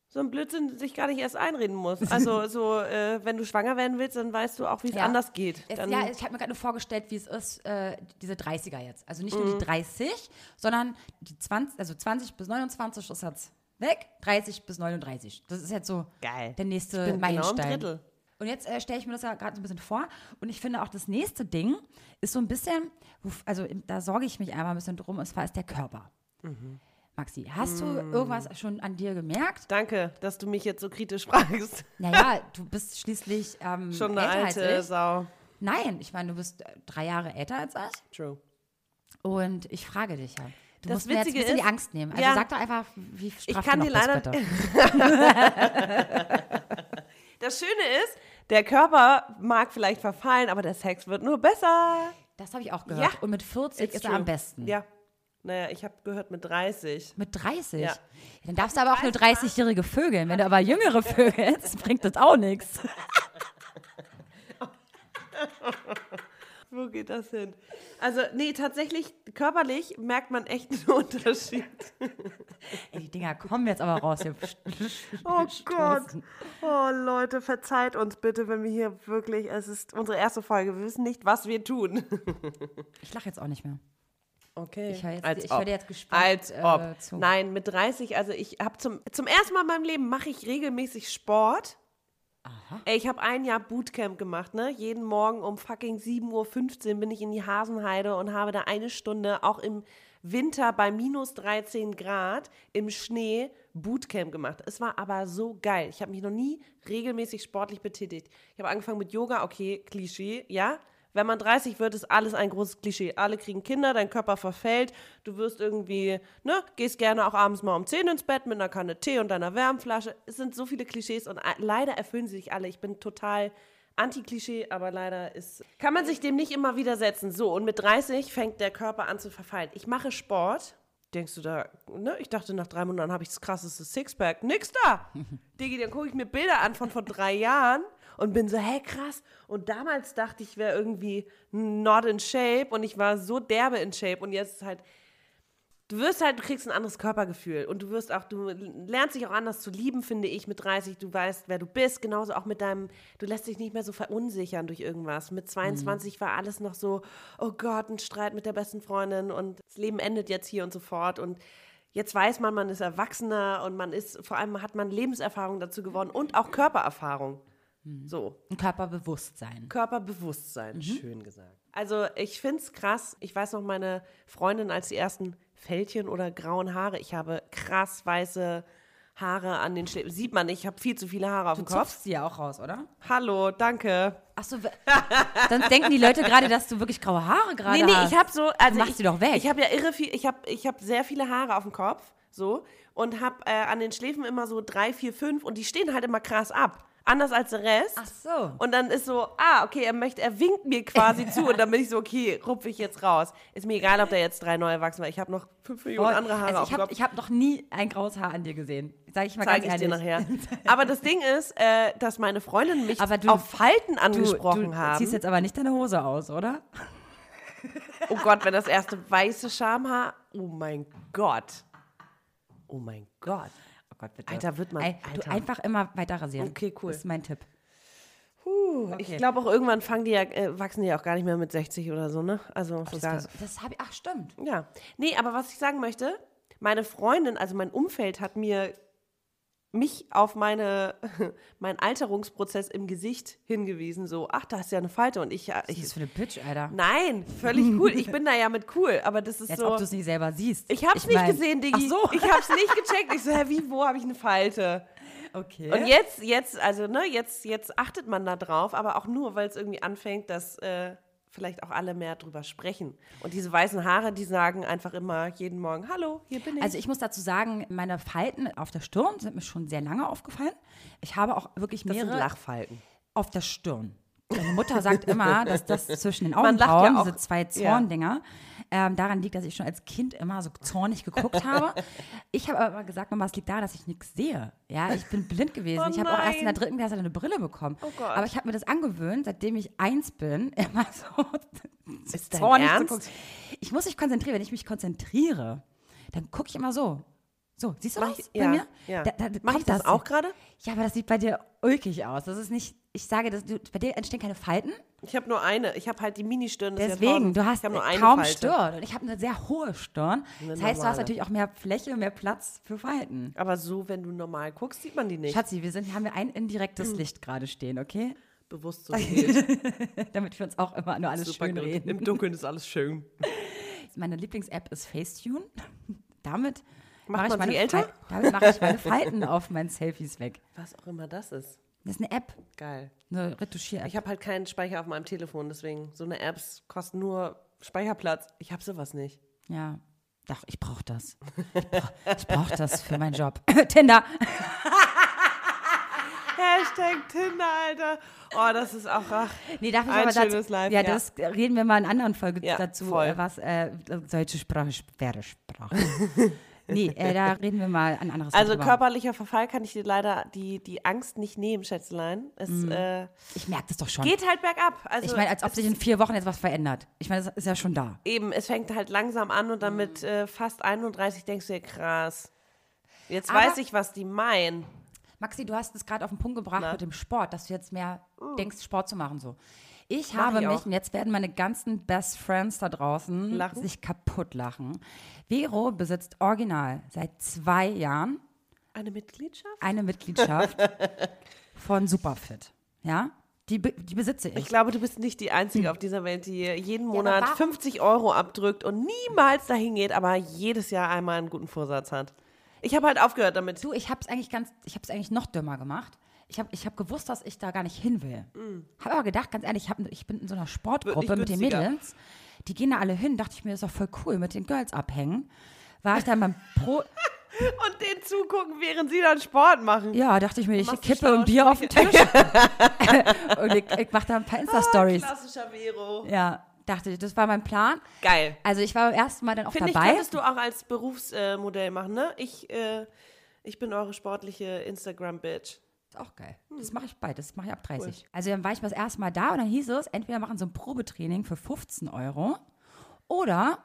Speaker 2: so ein Blödsinn sich gar nicht erst einreden muss. Also so, äh, wenn du schwanger werden willst, dann weißt du auch, wie es
Speaker 1: Ja.
Speaker 2: anders geht.
Speaker 1: Es,
Speaker 2: Dann,
Speaker 1: ja, ich habe mir gerade nur vorgestellt, wie es ist, äh, diese 30er jetzt. Also nicht
Speaker 2: Mhm.
Speaker 1: nur die 30, sondern die 20, also 20 bis 29 ist jetzt weg, 30 bis 39. Das ist jetzt so
Speaker 2: Geil.
Speaker 1: der nächste
Speaker 2: bin genau im
Speaker 1: Meilenstein.
Speaker 2: Drittel.
Speaker 1: Und jetzt äh, stelle ich mir das ja gerade so ein bisschen vor. Und ich finde auch, das nächste Ding ist so ein bisschen, wo- also da sorge ich mich einmal ein bisschen drum, und zwar ist der Körper.
Speaker 2: Mhm.
Speaker 1: Maxi, hast du irgendwas schon an dir gemerkt?
Speaker 2: danke, dass du mich jetzt so kritisch fragst.
Speaker 1: Naja, du bist schließlich ähm,
Speaker 2: Schon eine
Speaker 1: älter als
Speaker 2: alte
Speaker 1: ich.
Speaker 2: Sau.
Speaker 1: Nein, ich meine, du bist äh, drei Jahre älter als ich.
Speaker 2: True.
Speaker 1: Und ich frage dich ja. Du
Speaker 2: Das
Speaker 1: musst mir jetzt ein
Speaker 2: Witzige
Speaker 1: bisschen die
Speaker 2: ist-
Speaker 1: Angst nehmen. Also
Speaker 2: Ja.
Speaker 1: sag doch einfach, wie straff
Speaker 2: Ich kann
Speaker 1: du
Speaker 2: dir
Speaker 1: noch bist,
Speaker 2: leider-
Speaker 1: bitte.
Speaker 2: Das Schöne ist, der Körper mag vielleicht verfallen, aber der Sex wird nur besser.
Speaker 1: Das habe ich auch gehört.
Speaker 2: Ja.
Speaker 1: Und mit 40
Speaker 2: It's
Speaker 1: ist er
Speaker 2: true.
Speaker 1: am besten.
Speaker 2: Ja. Naja, ich habe gehört mit 30.
Speaker 1: Mit 30.
Speaker 2: Ja.
Speaker 1: Dann darfst du aber auch nur 30-jährige Vögeln. Wenn du aber jüngere Vögelst, bringt das auch nichts.
Speaker 2: Wo geht das hin? Also, nee, tatsächlich, körperlich merkt man echt einen Unterschied.
Speaker 1: Ey, die Dinger kommen jetzt aber raus. Hier.
Speaker 2: Oh Gott. Oh Leute, verzeiht uns bitte, wenn wir hier wirklich, es ist unsere erste Folge, wir wissen nicht, was wir tun.
Speaker 1: Ich lache jetzt auch nicht mehr.
Speaker 2: Okay.
Speaker 1: Ich höre jetzt-
Speaker 2: Als
Speaker 1: ich höre
Speaker 2: ob.
Speaker 1: dir jetzt gespannt,
Speaker 2: Als
Speaker 1: äh,
Speaker 2: ob.
Speaker 1: zu.
Speaker 2: Nein, mit 30, also ich habe zum, zum ersten Mal in meinem Leben mache ich regelmäßig Sport. Aha. Ich habe ein Jahr Bootcamp gemacht, ne? Jeden Morgen um fucking 7.15 Uhr bin ich in die Hasenheide und habe da eine Stunde auch im Winter bei minus 13 Grad im Schnee Bootcamp gemacht. Es war aber so geil. Ich habe mich noch nie regelmäßig sportlich betätigt. Ich habe angefangen mit Yoga, okay, Klischee, ja? Wenn man 30 wird, ist alles ein großes Klischee. Alle kriegen Kinder, dein Körper verfällt, du wirst irgendwie, ne, gehst gerne auch abends mal um 10 ins Bett mit einer Kanne Tee und deiner Wärmflasche. Es sind so viele Klischees und a- leider erfüllen sie sich alle. Ich bin total anti-Klischee, aber leider ist, kann man sich dem nicht immer widersetzen. So, und mit 30 fängt der Körper an zu verfallen. Ich mache Sport. Denkst du da, ne? Ich dachte, nach drei Monaten habe ich das krasseste Sixpack. Nix da! Digi, dann gucke ich mir Bilder an von vor drei Jahren und bin so, hey, krass. Und damals dachte ich, ich wäre irgendwie not in shape und ich war so derbe in shape und jetzt ist halt, du wirst halt, du kriegst ein anderes Körpergefühl und du wirst auch, du lernst dich auch anders zu lieben, finde ich, mit 30. Du weißt, wer du bist, genauso auch mit deinem, du lässt dich nicht mehr so verunsichern durch irgendwas. Mit 22 war alles noch so, oh Gott, ein Streit mit der besten Freundin und das Leben endet jetzt hier und so fort und Jetzt weiß man, man ist erwachsener und man ist, vor allem hat man Lebenserfahrung dazu gewonnen und auch Körpererfahrung. So,
Speaker 1: Ein Körperbewusstsein.
Speaker 2: Körperbewusstsein, schön gesagt. Mhm. Also ich finde es krass. Ich weiß noch, meine Freundin als die ersten Fältchen oder grauen Haare. Ich habe krass weiße Haare an den Schläfen. Sieht man nicht, ich habe viel zu viele Haare auf
Speaker 1: Du
Speaker 2: dem Kopf.
Speaker 1: zupfst die ja auch raus, oder?
Speaker 2: Hallo, danke.
Speaker 1: Achso, sonst denken die Leute gerade, dass du wirklich graue Haare gerade
Speaker 2: Nee, nee,
Speaker 1: hast.
Speaker 2: ich habe so... Also
Speaker 1: Ah, machst
Speaker 2: ich,
Speaker 1: sie doch weg.
Speaker 2: Ich habe ja irre viel... Ich habe ich hab sehr viele Haare auf dem Kopf, so. Und habe äh, an den Schläfen immer so drei, vier, fünf. Und die stehen halt immer krass ab. Anders als der Rest.
Speaker 1: Ach so.
Speaker 2: Und dann ist so, ah, okay, er möchte, er winkt mir quasi zu und dann bin ich so, okay, rupfe ich jetzt raus. Ist mir egal, ob da jetzt drei neue wachsen, weil ich habe noch fünf Millionen
Speaker 1: Oh,
Speaker 2: andere Haare
Speaker 1: also
Speaker 2: auf
Speaker 1: ich
Speaker 2: dem
Speaker 1: habe
Speaker 2: Kopf.
Speaker 1: hab noch nie ein graues Haar an dir gesehen. Sag ich mal
Speaker 2: Zeige ich
Speaker 1: ganz
Speaker 2: dir
Speaker 1: ehrlich.
Speaker 2: nachher. Aber das Ding ist, äh, dass meine Freundin mich
Speaker 1: Aber du-
Speaker 2: auf Falten angesprochen
Speaker 1: du, du
Speaker 2: haben.
Speaker 1: ziehst jetzt aber nicht deine Hose aus, oder?
Speaker 2: Oh Gott, wenn das erste weiße Schamhaar, oh mein Gott. Oh mein Gott.
Speaker 1: Oh Gott, bitte.
Speaker 2: Alter, wird man-
Speaker 1: Ey, Du
Speaker 2: Alter.
Speaker 1: einfach immer weiter rasieren.
Speaker 2: Okay, cool.
Speaker 1: Das ist mein Tipp.
Speaker 2: Oh, Ich glaube auch irgendwann fangen die ja, äh, wachsen die ja auch gar nicht mehr mit 60 oder so, ne? Also
Speaker 1: Das,
Speaker 2: da-
Speaker 1: das, das hab ich, ach, stimmt.
Speaker 2: Ja. Nee, aber was ich sagen möchte, meine Freundin, also mein Umfeld hat mir mich auf meine, meinen Alterungsprozess im Gesicht hingewiesen, so, ach, da ist ja eine Falte und ich, äh,
Speaker 1: Was ist
Speaker 2: ich
Speaker 1: das für eine Bitch, Alter?
Speaker 2: nein, völlig cool, ich bin da ja mit cool, aber das ist
Speaker 1: Als ob
Speaker 2: so,
Speaker 1: du es nicht selber siehst.
Speaker 2: ich hab's nicht
Speaker 1: mein-
Speaker 2: gesehen, Diggi,
Speaker 1: Ach so.
Speaker 2: ich hab's nicht gecheckt, ich so, hä, wie, wo habe ich eine Falte?
Speaker 1: Okay.
Speaker 2: Und jetzt, jetzt, also ne, jetzt, jetzt achtet man da drauf, aber auch nur, weil es irgendwie anfängt, dass äh, vielleicht auch alle mehr drüber sprechen. Und diese weißen Haare, die sagen einfach immer jeden Morgen, hallo, hier bin ich.
Speaker 1: Also ich muss dazu sagen, meine Falten auf der Stirn sind mir schon sehr lange aufgefallen. Ich habe auch wirklich
Speaker 2: das sind
Speaker 1: mehrere
Speaker 2: Lachfalten.
Speaker 1: auf der Stirn. Meine Mutter sagt immer, dass das zwischen den
Speaker 2: Man lacht ja
Speaker 1: Augenbrauen,
Speaker 2: auch.
Speaker 1: diese zwei Zorndinger, ähm, daran liegt, dass ich schon als Kind immer so zornig geguckt habe. Ich habe aber immer gesagt, Mama, es liegt daran, dass ich nichts sehe. Ja, ich bin blind gewesen.
Speaker 2: Oh
Speaker 1: ich habe auch erst in der
Speaker 2: nein.
Speaker 1: dritten Klasse eine Brille bekommen.
Speaker 2: Oh Gott.
Speaker 1: Aber ich habe mir das angewöhnt, seitdem ich eins bin, immer so
Speaker 2: Ist dein
Speaker 1: zornig
Speaker 2: Ernst?
Speaker 1: zu gucken. Ich muss mich konzentrieren. Wenn ich mich konzentriere, dann gucke ich immer so. So, siehst du das
Speaker 2: ich-
Speaker 1: bei
Speaker 2: ja,
Speaker 1: mir?
Speaker 2: ja.
Speaker 1: Da, da,
Speaker 2: Mach
Speaker 1: kommt
Speaker 2: ich das auch gerade?
Speaker 1: ja, aber das sieht bei dir ulkig aus. Das ist nicht, ich sage, das, du, bei dir entstehen keine Falten.
Speaker 2: Ich habe nur eine. Ich habe halt die Mini-Stirn. des
Speaker 1: Deswegen,
Speaker 2: Jahrtausends.
Speaker 1: du hast äh,
Speaker 2: ich hab nur eine
Speaker 1: kaum
Speaker 2: Falte.
Speaker 1: Stirn. Und ich habe eine sehr hohe Stirn. Das
Speaker 2: Eine
Speaker 1: heißt, du
Speaker 2: normale.
Speaker 1: hast natürlich auch mehr Fläche, mehr Platz für Falten.
Speaker 2: Aber so, wenn du normal guckst, sieht man die nicht. Hm.
Speaker 1: Schatzi, wir sind, haben wir ein indirektes Licht gerade stehen, okay?
Speaker 2: bewusst so viel.
Speaker 1: Damit wir uns auch immer nur alles schön reden.
Speaker 2: Im Dunkeln ist alles schön.
Speaker 1: Meine Lieblings-App ist Facetune. Damit
Speaker 2: Macht
Speaker 1: mache ich,
Speaker 2: man sie
Speaker 1: meine
Speaker 2: älter?
Speaker 1: Fal- damit mache ich meine Falten auf meinen Selfies weg.
Speaker 2: Was auch immer das ist.
Speaker 1: Das ist eine App,
Speaker 2: Geil.
Speaker 1: eine Retuschier-App.
Speaker 2: Ich habe halt keinen Speicher auf meinem Telefon, deswegen so eine Apps kosten nur Speicherplatz. Ich habe sowas nicht.
Speaker 1: Ja. Doch, ich brauche das. Ich brauche brauch das für meinen Job. Tinder.
Speaker 2: Hashtag Tinder, Alter. Oh, das ist auch ach.
Speaker 1: Nee, darf ich
Speaker 2: Ein
Speaker 1: aber dazu,
Speaker 2: schönes Live,
Speaker 1: ja,
Speaker 2: ja.
Speaker 1: das äh, reden wir mal in anderen Folgen
Speaker 2: Ja,
Speaker 1: dazu,
Speaker 2: voll.
Speaker 1: äh, was äh, deutsche Sprache, schwere Sprache. nee, äh, da reden wir mal ein anderes Mal
Speaker 2: Also
Speaker 1: drüber.
Speaker 2: körperlicher Verfall kann ich dir leider die, die Angst nicht nehmen, Schätzelein. Es äh,
Speaker 1: Ich merke das doch schon.
Speaker 2: geht halt bergab. Also
Speaker 1: Mhm. ich meine, als ob sich in vier Wochen jetzt was verändert. Ich meine, das ist ja schon da.
Speaker 2: eben, es fängt halt langsam an und dann mit äh, fast 31 denkst du dir, krass. Jetzt
Speaker 1: Aber-
Speaker 2: weiß ich, was die meinen.
Speaker 1: Maxi, du hast es gerade auf den Punkt gebracht mit dem Sport, dass du jetzt mehr denkst, Sport zu machen. So. Ich
Speaker 2: Uh. Mach
Speaker 1: habe
Speaker 2: ich
Speaker 1: mich,
Speaker 2: auch.
Speaker 1: und jetzt werden meine ganzen Best Friends da draußen
Speaker 2: Lachen?
Speaker 1: sich kaputt lachen. Vero besitzt original seit zwei Jahren
Speaker 2: Eine Mitgliedschaft?
Speaker 1: eine Mitgliedschaft von Superfit. Ja, die, be- die besitze ich.
Speaker 2: Ich glaube, du bist nicht die Einzige auf dieser Welt, die jeden Monat
Speaker 1: warum?
Speaker 2: 50 Euro abdrückt und niemals dahin geht, aber jedes Jahr einmal einen guten Vorsatz hat. Ich habe halt aufgehört damit.
Speaker 1: du, ich habe es eigentlich ganz, ich habe es eigentlich noch dümmer gemacht. Ich habe ich hab gewusst, dass ich da gar nicht hin will.
Speaker 2: Mhm.
Speaker 1: Habe aber gedacht, ganz ehrlich, ich, hab, ich bin in so einer Sportgruppe mit den
Speaker 2: günstiger.
Speaker 1: Mädels. Die gehen da alle hin, dachte ich mir, ist doch voll cool, mit den Girls abhängen. War ich dann beim Pro.
Speaker 2: Und den zugucken, während sie dann Sport machen.
Speaker 1: Ja, dachte ich mir, ich
Speaker 2: Machst du
Speaker 1: kippe ein Bier auf den Tisch. Und ich, ich mache da ein
Speaker 2: Ah,
Speaker 1: paar Insta-Stories.
Speaker 2: Klassischer Vero.
Speaker 1: ja, dachte ich, das war mein Plan.
Speaker 2: Geil.
Speaker 1: Also ich war beim ersten Mal dann auch
Speaker 2: Finde ich,
Speaker 1: dabei.
Speaker 2: könntest du auch als Berufsmodell machen, ne? Ich, äh, ich bin eure sportliche Instagram-Bitch.
Speaker 1: Ist auch geil.
Speaker 2: Hm.
Speaker 1: Das mache ich bald. Das mache ich ab 30. Also dann war ich das erste Mal da und dann hieß es, entweder machen sie ein Probetraining für 15 Euro oder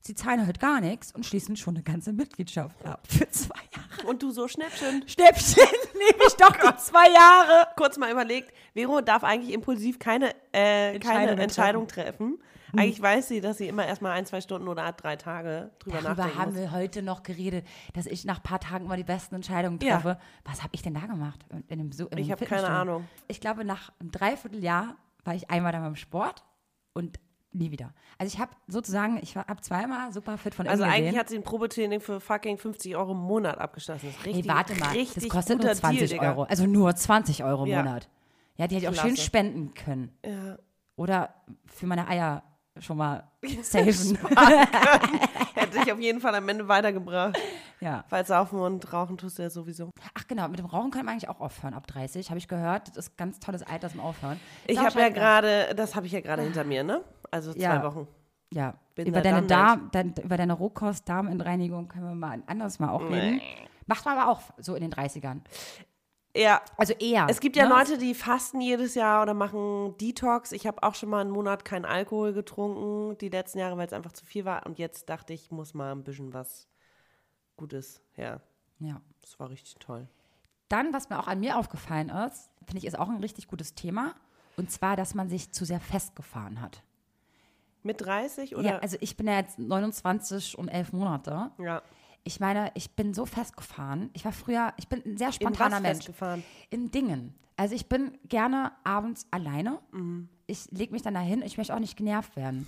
Speaker 1: sie zahlen halt gar nichts und schließen schon eine ganze Mitgliedschaft ab für zwei Jahre.
Speaker 2: Und du so Schnäppchen. Oh
Speaker 1: Schnäppchen nehme ich doch die zwei Jahre.
Speaker 2: kurz mal überlegt, Vero darf eigentlich impulsiv keine, äh,
Speaker 1: Entscheidungen Hm.
Speaker 2: keine Entscheidung treffen. Eigentlich weiß sie, dass sie immer erstmal ein, zwei Stunden oder drei Tage drüber
Speaker 1: Darüber
Speaker 2: nachdenken
Speaker 1: haben
Speaker 2: muss.
Speaker 1: wir heute noch geredet, dass ich nach ein paar Tagen immer die besten Entscheidungen
Speaker 2: Ja.
Speaker 1: treffe. Was habe ich denn da gemacht? In dem, so in
Speaker 2: Ich
Speaker 1: dem
Speaker 2: habe keine
Speaker 1: Fitnessstudio?
Speaker 2: Ahnung.
Speaker 1: Ich glaube, nach einem Dreivierteljahr war ich einmal da beim Sport und nie wieder. Also ich habe sozusagen, ich habe zweimal super fit von innen
Speaker 2: Also eigentlich
Speaker 1: gesehen.
Speaker 2: hat sie ein Probetraining für fucking 50 Euro im Monat abgeschlossen. Das ist richtig,
Speaker 1: Ey, warte mal,
Speaker 2: richtig
Speaker 1: das kostet
Speaker 2: guter
Speaker 1: nur 20
Speaker 2: Deal, Digga.
Speaker 1: Euro. Also nur 20 Euro im
Speaker 2: Ja.
Speaker 1: Monat. Ja, die hätte ich auch
Speaker 2: Klasse.
Speaker 1: schön spenden können.
Speaker 2: Ja.
Speaker 1: Oder für meine Eier schon mal safen.
Speaker 2: Hätte ich auf jeden Fall am Ende weitergebracht.
Speaker 1: ja.
Speaker 2: Weil saufen und rauchen tust du ja sowieso.
Speaker 1: Ach genau, mit dem Rauchen kann man eigentlich auch aufhören ab 30, habe ich gehört. Das ist ein ganz tolles Alter zum Aufhören. Ist
Speaker 2: Ich
Speaker 1: auch
Speaker 2: habe ja
Speaker 1: scheißegal.
Speaker 2: gerade, das habe ich ja gerade hinter mir, ne? Also zwei
Speaker 1: Ja.
Speaker 2: Wochen.
Speaker 1: Ja,
Speaker 2: Bin halt
Speaker 1: über
Speaker 2: der
Speaker 1: deine, Darm,
Speaker 2: Darm-Night.
Speaker 1: dein, über deine Rohkost, Darmentreinigung können wir mal ein anderes Mal auch reden. Macht man aber auch so in den 30ern.
Speaker 2: Ja,
Speaker 1: Also eher.
Speaker 2: Es gibt ja
Speaker 1: ne?
Speaker 2: Leute, die fasten jedes Jahr oder machen Detox. Ich habe auch schon mal einen Monat keinen Alkohol getrunken, die letzten Jahre, weil es einfach zu viel war. Und jetzt dachte ich, muss mal ein bisschen was Gutes her.
Speaker 1: Ja.
Speaker 2: Das war richtig toll.
Speaker 1: Dann, was mir auch an mir aufgefallen ist, finde ich, ist auch ein richtig gutes Thema. Und zwar, dass man sich zu sehr festgefahren hat.
Speaker 2: Mit 30 oder?
Speaker 1: Ja, also ich bin ja jetzt 29 und 11 Monate.
Speaker 2: ja.
Speaker 1: Ich meine, ich bin so festgefahren. Ich war früher, ich bin ein sehr
Speaker 2: In was
Speaker 1: spontaner Mensch.
Speaker 2: festgefahren?
Speaker 1: In Dingen. Also ich bin gerne abends alleine. Ich lege mich dann dahin. Ich möchte auch nicht genervt werden.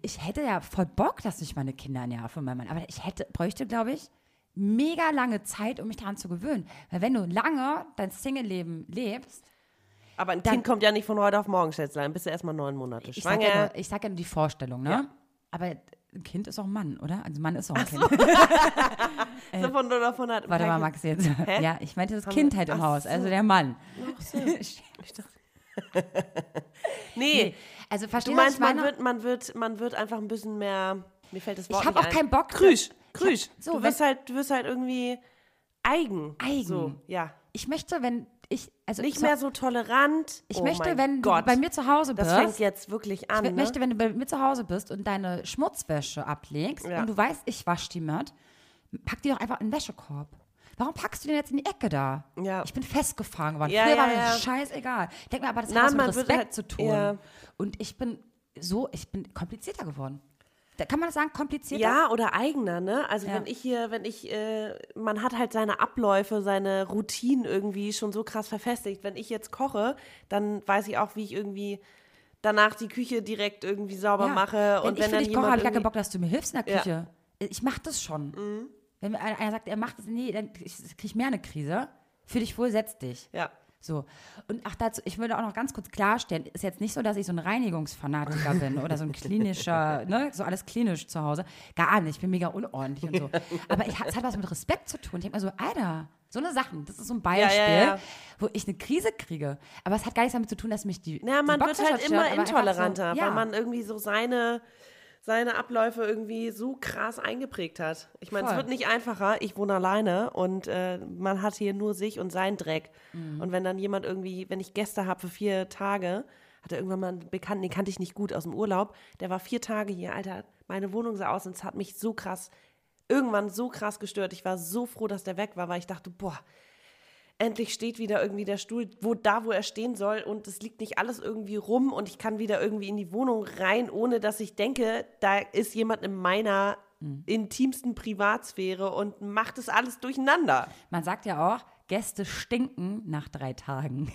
Speaker 1: ich hätte ja voll Bock, dass ich meine Kinder nerve, mein Mann. Aber ich hätte, bräuchte, glaube ich, mega lange Zeit, um mich daran zu gewöhnen. Weil wenn du lange dein Single-Leben lebst,
Speaker 2: Aber ein
Speaker 1: Dann-
Speaker 2: Kind kommt ja nicht von heute auf morgen, Schätzlein. Bist du erstmal neun Monate
Speaker 1: ich sage ja,
Speaker 2: schwanger.
Speaker 1: nur- ich sag ja nur die Vorstellung, ne? Aber ein Kind ist auch ein Mann, oder? Also Mann ist auch ein Kind.
Speaker 2: So von 0 auf 100.
Speaker 1: äh, Warte mal, Max, jetzt. Ja, ich meinte das
Speaker 2: Haben
Speaker 1: Kind
Speaker 2: wir-
Speaker 1: halt im
Speaker 2: Ach
Speaker 1: Haus,
Speaker 2: so.
Speaker 1: also der Mann.
Speaker 2: Ich dachte- nee,
Speaker 1: Also
Speaker 2: du
Speaker 1: verstehst du, was ich
Speaker 2: meinst, man
Speaker 1: meine?
Speaker 2: wird, man, wird, man wird einfach ein bisschen mehr. Mir fällt das Wort
Speaker 1: ich habe
Speaker 2: nicht
Speaker 1: auch
Speaker 2: ein.
Speaker 1: keinen Bock.
Speaker 2: Krüsch, krüsch.
Speaker 1: so,
Speaker 2: du, wirst halt, du wirst halt irgendwie eigen.
Speaker 1: Eigen.
Speaker 2: So, ja.
Speaker 1: Ich möchte, wenn ich also
Speaker 2: Nicht
Speaker 1: so,
Speaker 2: mehr so tolerant.
Speaker 1: Ich
Speaker 2: oh
Speaker 1: möchte,
Speaker 2: mein
Speaker 1: wenn
Speaker 2: Gott.
Speaker 1: du bei mir zu Hause bist.
Speaker 2: Das fängt jetzt wirklich an.
Speaker 1: Ich
Speaker 2: ne?
Speaker 1: möchte, wenn du bei mir zu Hause bist und deine Schmutzwäsche ablegst
Speaker 2: Ja.
Speaker 1: und du weißt, ich wasche die mit, pack die doch einfach in den Wäschekorb. Warum packst du den jetzt in die Ecke da?
Speaker 2: Ja.
Speaker 1: Ich bin festgefangen worden.
Speaker 2: Ja,
Speaker 1: Früher
Speaker 2: ja,
Speaker 1: war mir das
Speaker 2: ja.
Speaker 1: scheißegal. Ich denke mir aber, das
Speaker 2: Na,
Speaker 1: hat was mit
Speaker 2: man wird
Speaker 1: Respekt
Speaker 2: halt-
Speaker 1: zu tun.
Speaker 2: ja.
Speaker 1: Und ich bin so, ich bin komplizierter geworden. Da kann man das sagen, komplizierter?
Speaker 2: Ja, oder eigener, ne? Also
Speaker 1: Ja.
Speaker 2: wenn ich hier, wenn ich, äh, man hat halt seine Abläufe, seine Routinen irgendwie schon so krass verfestigt. Wenn ich jetzt koche, dann weiß ich auch, wie ich irgendwie danach die Küche direkt irgendwie sauber mache.
Speaker 1: Wenn
Speaker 2: und
Speaker 1: ich
Speaker 2: wenn
Speaker 1: für
Speaker 2: dann
Speaker 1: dich koche, habe
Speaker 2: jemand
Speaker 1: ich gar keinen
Speaker 2: irgendwie,
Speaker 1: Bock, dass du mir hilfst in der
Speaker 2: Ja. Mhm.
Speaker 1: Küche. Ich mache das schon. Wenn mir einer einer sagt, er macht das, nee, dann kriege ich mehr eine Krise. Fühl dich wohl, setz dich.
Speaker 2: ja,
Speaker 1: So. Und ach, dazu, ich würde auch noch ganz kurz klarstellen, ist jetzt nicht so, dass ich so ein Reinigungsfanatiker bin oder so ein klinischer, ne, so alles klinisch zu Hause. Gar nicht, ich bin mega unordentlich und so. Aber ich, es hat was mit Respekt zu tun. Ich denke mir so, Alter, so eine Sachen, das ist so ein Beispiel,
Speaker 2: ja.
Speaker 1: wo ich eine Krise kriege. Aber es hat gar nichts damit zu tun, dass mich die.
Speaker 2: na,
Speaker 1: die
Speaker 2: man wird
Speaker 1: Boxershorts
Speaker 2: halt
Speaker 1: stören,
Speaker 2: immer
Speaker 1: aber einfach so-
Speaker 2: intoleranter,
Speaker 1: ja.
Speaker 2: weil man irgendwie so seine seine Abläufe irgendwie so krass eingeprägt hat. Ich meine, es
Speaker 1: Voll.
Speaker 2: wird nicht einfacher. Ich wohne alleine und äh, man hat hier nur sich und seinen Dreck.
Speaker 1: Mhm.
Speaker 2: Und wenn dann jemand irgendwie, wenn ich Gäste habe für vier Tage, hatte irgendwann mal einen Bekannten, den kannte ich nicht gut aus dem Urlaub, der war vier Tage hier, Alter, meine Wohnung sah aus und es hat mich so krass, irgendwann so krass gestört. Ich war so froh, dass der weg war, weil ich dachte, boah, endlich steht wieder irgendwie der Stuhl wo, da, wo er stehen soll und es liegt nicht alles irgendwie rum und ich kann wieder irgendwie in die Wohnung rein, ohne dass ich denke, da ist jemand in meiner
Speaker 1: Mhm.
Speaker 2: intimsten Privatsphäre und macht es alles durcheinander.
Speaker 1: Man sagt ja auch, Gäste stinken nach drei Tagen.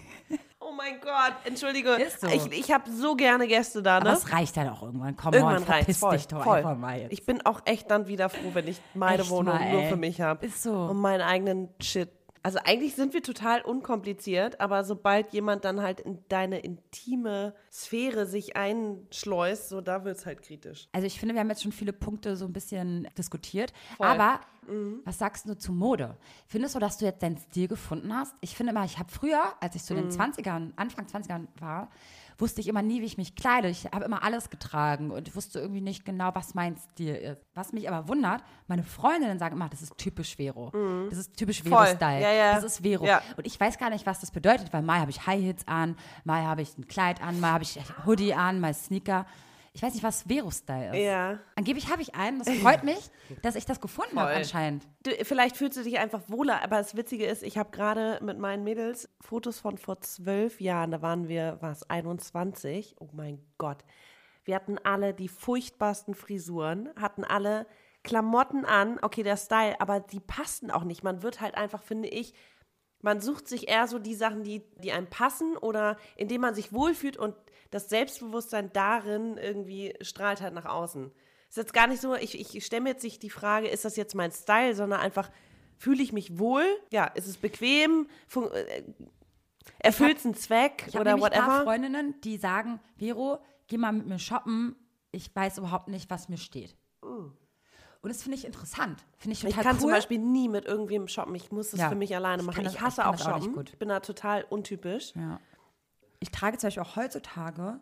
Speaker 2: Oh mein Gott, entschuldige.
Speaker 1: Ist so.
Speaker 2: Ich, ich habe so gerne Gäste da,
Speaker 1: Aber
Speaker 2: ne?
Speaker 1: es reicht dann auch irgendwann. Komm
Speaker 2: Irgendwann
Speaker 1: on, verpiss
Speaker 2: reicht's voll.
Speaker 1: dich doch
Speaker 2: voll.
Speaker 1: einfach mal jetzt.
Speaker 2: Ich bin auch echt dann wieder froh, wenn ich meine
Speaker 1: Echt
Speaker 2: Wohnung
Speaker 1: mal,
Speaker 2: nur
Speaker 1: ey.
Speaker 2: für mich habe.
Speaker 1: Ist so.
Speaker 2: Und meinen eigenen Shit. Also eigentlich sind wir total unkompliziert, aber sobald jemand dann halt in deine intime Sphäre sich einschleust, so da wird's halt kritisch.
Speaker 1: Also ich finde, wir haben jetzt schon viele Punkte so ein bisschen diskutiert. Aber
Speaker 2: Mhm.
Speaker 1: was sagst du zu Mode? Findest du, dass du jetzt deinen Stil gefunden hast? Ich finde immer, ich habe früher, als ich zu
Speaker 2: Mhm.
Speaker 1: den 20ern, Anfang 20ern war, wusste ich immer nie, wie ich mich kleide. Ich habe immer alles getragen und wusste irgendwie nicht genau, was mein Stil ist. Was mich aber wundert, meine Freundinnen sagen immer, das ist typisch Vero. Das ist typisch
Speaker 2: Mhm. Voll.
Speaker 1: Vero-Style.
Speaker 2: Ja, ja.
Speaker 1: Das ist Vero.
Speaker 2: Ja.
Speaker 1: Und ich weiß gar nicht, was das bedeutet, weil mal habe ich High Heels an, mal habe ich ein Kleid an, mal habe ich Hoodie an, mal Sneaker. Ich weiß nicht, was Vero-Style ist.
Speaker 2: Ja.
Speaker 1: Angeblich habe ich einen. Das freut mich, dass ich das gefunden habe
Speaker 2: Voll.
Speaker 1: anscheinend.
Speaker 2: Du, vielleicht fühlst du dich einfach wohler, aber das Witzige ist, ich habe gerade mit meinen Mädels Fotos von vor zwölf Jahren, da waren wir, was, 21? Oh mein Gott. Wir hatten alle die furchtbarsten Frisuren, hatten alle Klamotten an, okay, der Style, aber die passten auch nicht. Man wird halt einfach, finde ich, man sucht sich eher so die Sachen, die, die einem passen oder indem man sich wohlfühlt und das Selbstbewusstsein darin irgendwie strahlt halt nach außen. Ist jetzt gar nicht so, ich, ich stelle mir jetzt nicht die Frage, ist das jetzt mein Style, sondern einfach, fühle ich mich wohl? Ja, ist es bequem? Fun- äh, Erfüllt es einen Zweck
Speaker 1: Ich habe
Speaker 2: oder
Speaker 1: nämlich ein paar
Speaker 2: whatever?
Speaker 1: Freundinnen, die sagen, Vero, geh mal mit mir shoppen. Ich weiß überhaupt nicht, was mir steht. Und das finde ich interessant. Finde ich
Speaker 2: Uh. Ich
Speaker 1: total
Speaker 2: kann
Speaker 1: cool.
Speaker 2: zum Beispiel nie mit irgendwem shoppen. Ich muss das
Speaker 1: Ja.
Speaker 2: für mich alleine
Speaker 1: Ich
Speaker 2: machen.
Speaker 1: kann
Speaker 2: Ich,
Speaker 1: das-
Speaker 2: hasse
Speaker 1: ich kann
Speaker 2: auch
Speaker 1: das auch nicht
Speaker 2: Shoppen.
Speaker 1: gut.
Speaker 2: Ich bin da total untypisch.
Speaker 1: ja. Ich trage zum Beispiel auch heutzutage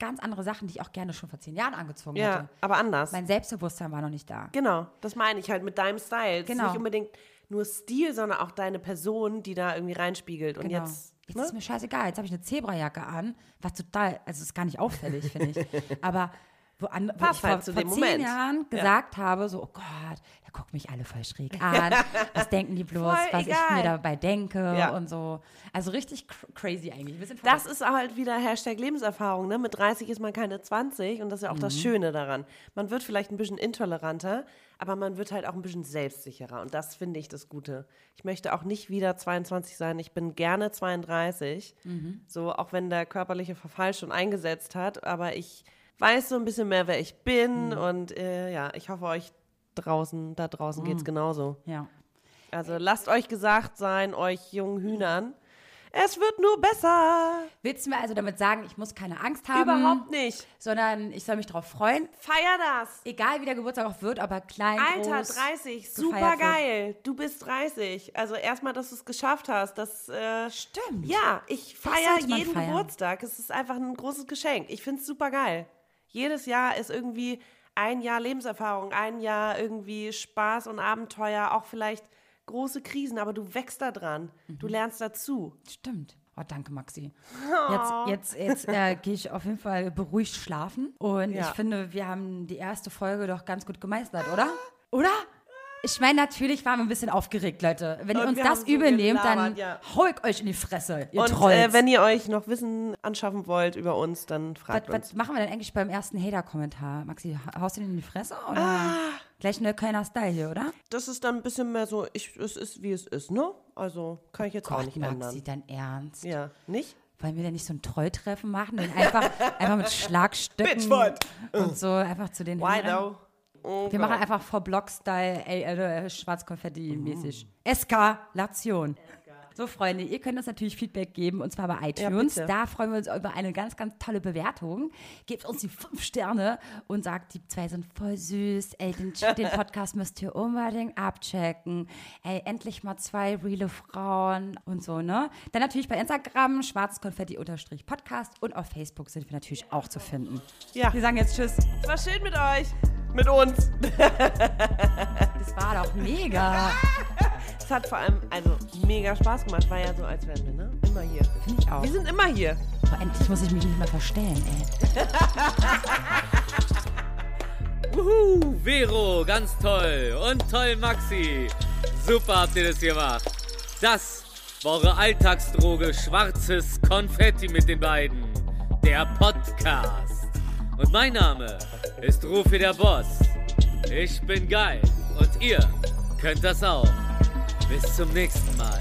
Speaker 1: ganz andere Sachen, die ich auch gerne schon vor zehn Jahren angezogen
Speaker 2: Ja,
Speaker 1: hätte.
Speaker 2: aber anders.
Speaker 1: Mein Selbstbewusstsein war noch nicht da.
Speaker 2: Genau, das meine ich halt mit deinem Style. Es ist
Speaker 1: Genau.
Speaker 2: nicht unbedingt nur Stil, sondern auch deine Person, die da irgendwie reinspiegelt. Und
Speaker 1: Genau.
Speaker 2: jetzt,
Speaker 1: Jetzt
Speaker 2: ne?
Speaker 1: ist mir scheißegal. Jetzt habe ich eine Zebrajacke an, was total, also ist gar nicht auffällig, finde ich. Aber wo, an, wo
Speaker 2: Passt
Speaker 1: ich vor,
Speaker 2: halt zu
Speaker 1: vor
Speaker 2: dem
Speaker 1: zehn
Speaker 2: Moment.
Speaker 1: Jahren gesagt habe, so, oh Gott, da gucken mich alle voll schräg an. Was denken die bloß,
Speaker 2: Voll
Speaker 1: was ich
Speaker 2: egal.
Speaker 1: mir dabei denke
Speaker 2: Ja.
Speaker 1: und so. Also richtig cr crazy eigentlich. Ein bisschen
Speaker 2: das
Speaker 1: verrückt.
Speaker 2: ist halt wieder Hashtag Lebenserfahrung. Ne? Mit 30 ist man keine 20 und das ist ja auch das Schöne daran. Man wird vielleicht ein bisschen intoleranter, aber man wird halt auch ein bisschen selbstsicherer. Und das finde ich das Gute. Ich möchte auch nicht wieder 22 sein. Ich bin gerne 32. So, auch wenn der körperliche Verfall schon eingesetzt hat. Aber ich weiß so ein bisschen mehr, wer ich bin. Und äh, ja, ich hoffe, euch draußen, da draußen geht's genauso.
Speaker 1: Ja.
Speaker 2: Also lasst euch gesagt sein, euch jungen Hühnern, es wird nur besser.
Speaker 1: Willst du mir also damit sagen, ich muss keine Angst haben?
Speaker 2: Überhaupt nicht.
Speaker 1: Sondern ich soll mich darauf freuen.
Speaker 2: Feier das.
Speaker 1: Egal wie der Geburtstag auch wird, aber klein,
Speaker 2: Alter,
Speaker 1: groß,
Speaker 2: 30, super
Speaker 1: gefeiert wird.
Speaker 2: geil. Du bist 30. Also erstmal, dass du es geschafft hast. Das, äh,
Speaker 1: Stimmt.
Speaker 2: Ja, ich
Speaker 1: Das
Speaker 2: feiere
Speaker 1: sollte man
Speaker 2: jeden
Speaker 1: feiern.
Speaker 2: Geburtstag. Es ist einfach ein großes Geschenk. Ich finde es super geil. Jedes Jahr ist irgendwie ein Jahr Lebenserfahrung, ein Jahr irgendwie Spaß und Abenteuer, auch vielleicht große Krisen, aber du wächst da dran. Du
Speaker 1: Mhm.
Speaker 2: lernst dazu.
Speaker 1: Stimmt. Oh, danke, Maxi.
Speaker 2: Oh.
Speaker 1: Jetzt, jetzt, jetzt äh, gehe ich auf jeden Fall beruhigt schlafen. Und
Speaker 2: Ja.
Speaker 1: ich finde, wir haben die erste Folge doch ganz gut gemeistert, oder? Oder? Ich meine, natürlich waren wir ein bisschen aufgeregt, Leute. Wenn ihr
Speaker 2: Und
Speaker 1: uns
Speaker 2: wir
Speaker 1: das
Speaker 2: haben so
Speaker 1: übel nehmt, dann
Speaker 2: gelabert, ja.
Speaker 1: hau ich euch in die Fresse, ihr
Speaker 2: Und
Speaker 1: Trolls.
Speaker 2: äh, wenn ihr euch noch Wissen anschaffen wollt über uns, dann
Speaker 1: was,
Speaker 2: fragt uns.
Speaker 1: was machen wir denn eigentlich beim ersten Hater-Kommentar? Maxi, haust du den in die Fresse? Oder?
Speaker 2: Ah.
Speaker 1: Gleich eine Kölner Style hier, oder?
Speaker 2: Das ist dann ein bisschen mehr so, ich, es ist wie es ist, ne? Also kann ich jetzt auch nicht
Speaker 1: Maxi,
Speaker 2: ändern.
Speaker 1: dein Ernst.
Speaker 2: Ja, nicht?
Speaker 1: Wollen wir denn nicht so ein Trolltreffen machen und einfach, einfach mit Schlagstöcken
Speaker 2: Bitchfight.
Speaker 1: und so einfach zu den
Speaker 2: Why
Speaker 1: Hörern-
Speaker 2: though? Oh
Speaker 1: Wir
Speaker 2: Gott.
Speaker 1: machen einfach vor Block-Style, ey, äh, Schwarzkonfetti-mäßig. Eskalation. So, Freunde, ihr könnt uns natürlich Feedback geben, und zwar bei iTunes.
Speaker 2: bitte.
Speaker 1: da freuen wir uns über eine ganz, ganz tolle Bewertung. Gebt uns die fünf Sterne und sagt, die zwei sind voll süß. Ey, den, den Podcast müsst ihr unbedingt abchecken. Ey, endlich mal zwei reale Frauen und so, ne? Dann natürlich bei Instagram, schwarzkonfetti-podcast und auf Facebook sind wir natürlich auch zu finden.
Speaker 2: Ja.
Speaker 1: Wir sagen jetzt Tschüss.
Speaker 2: War schön mit euch. Mit uns.
Speaker 1: Das war doch mega.
Speaker 2: Es hat vor allem also mega Spaß gemacht. War ja so, als wären wir, ne? Immer hier.
Speaker 1: Finde ich auch.
Speaker 2: Wir sind immer hier.
Speaker 1: Boah, endlich muss ich mich nicht mehr verstellen, ey.
Speaker 3: Wuhu, Vero, ganz toll. Und toll, Maxi. Super habt ihr das gemacht. Das war eure Alltagsdroge schwarzes Konfetti mit den beiden. Der Podcast. Und mein Name ist Rufi der Boss. Ich bin geil. Und ihr könnt das auch. Bis zum nächsten Mal.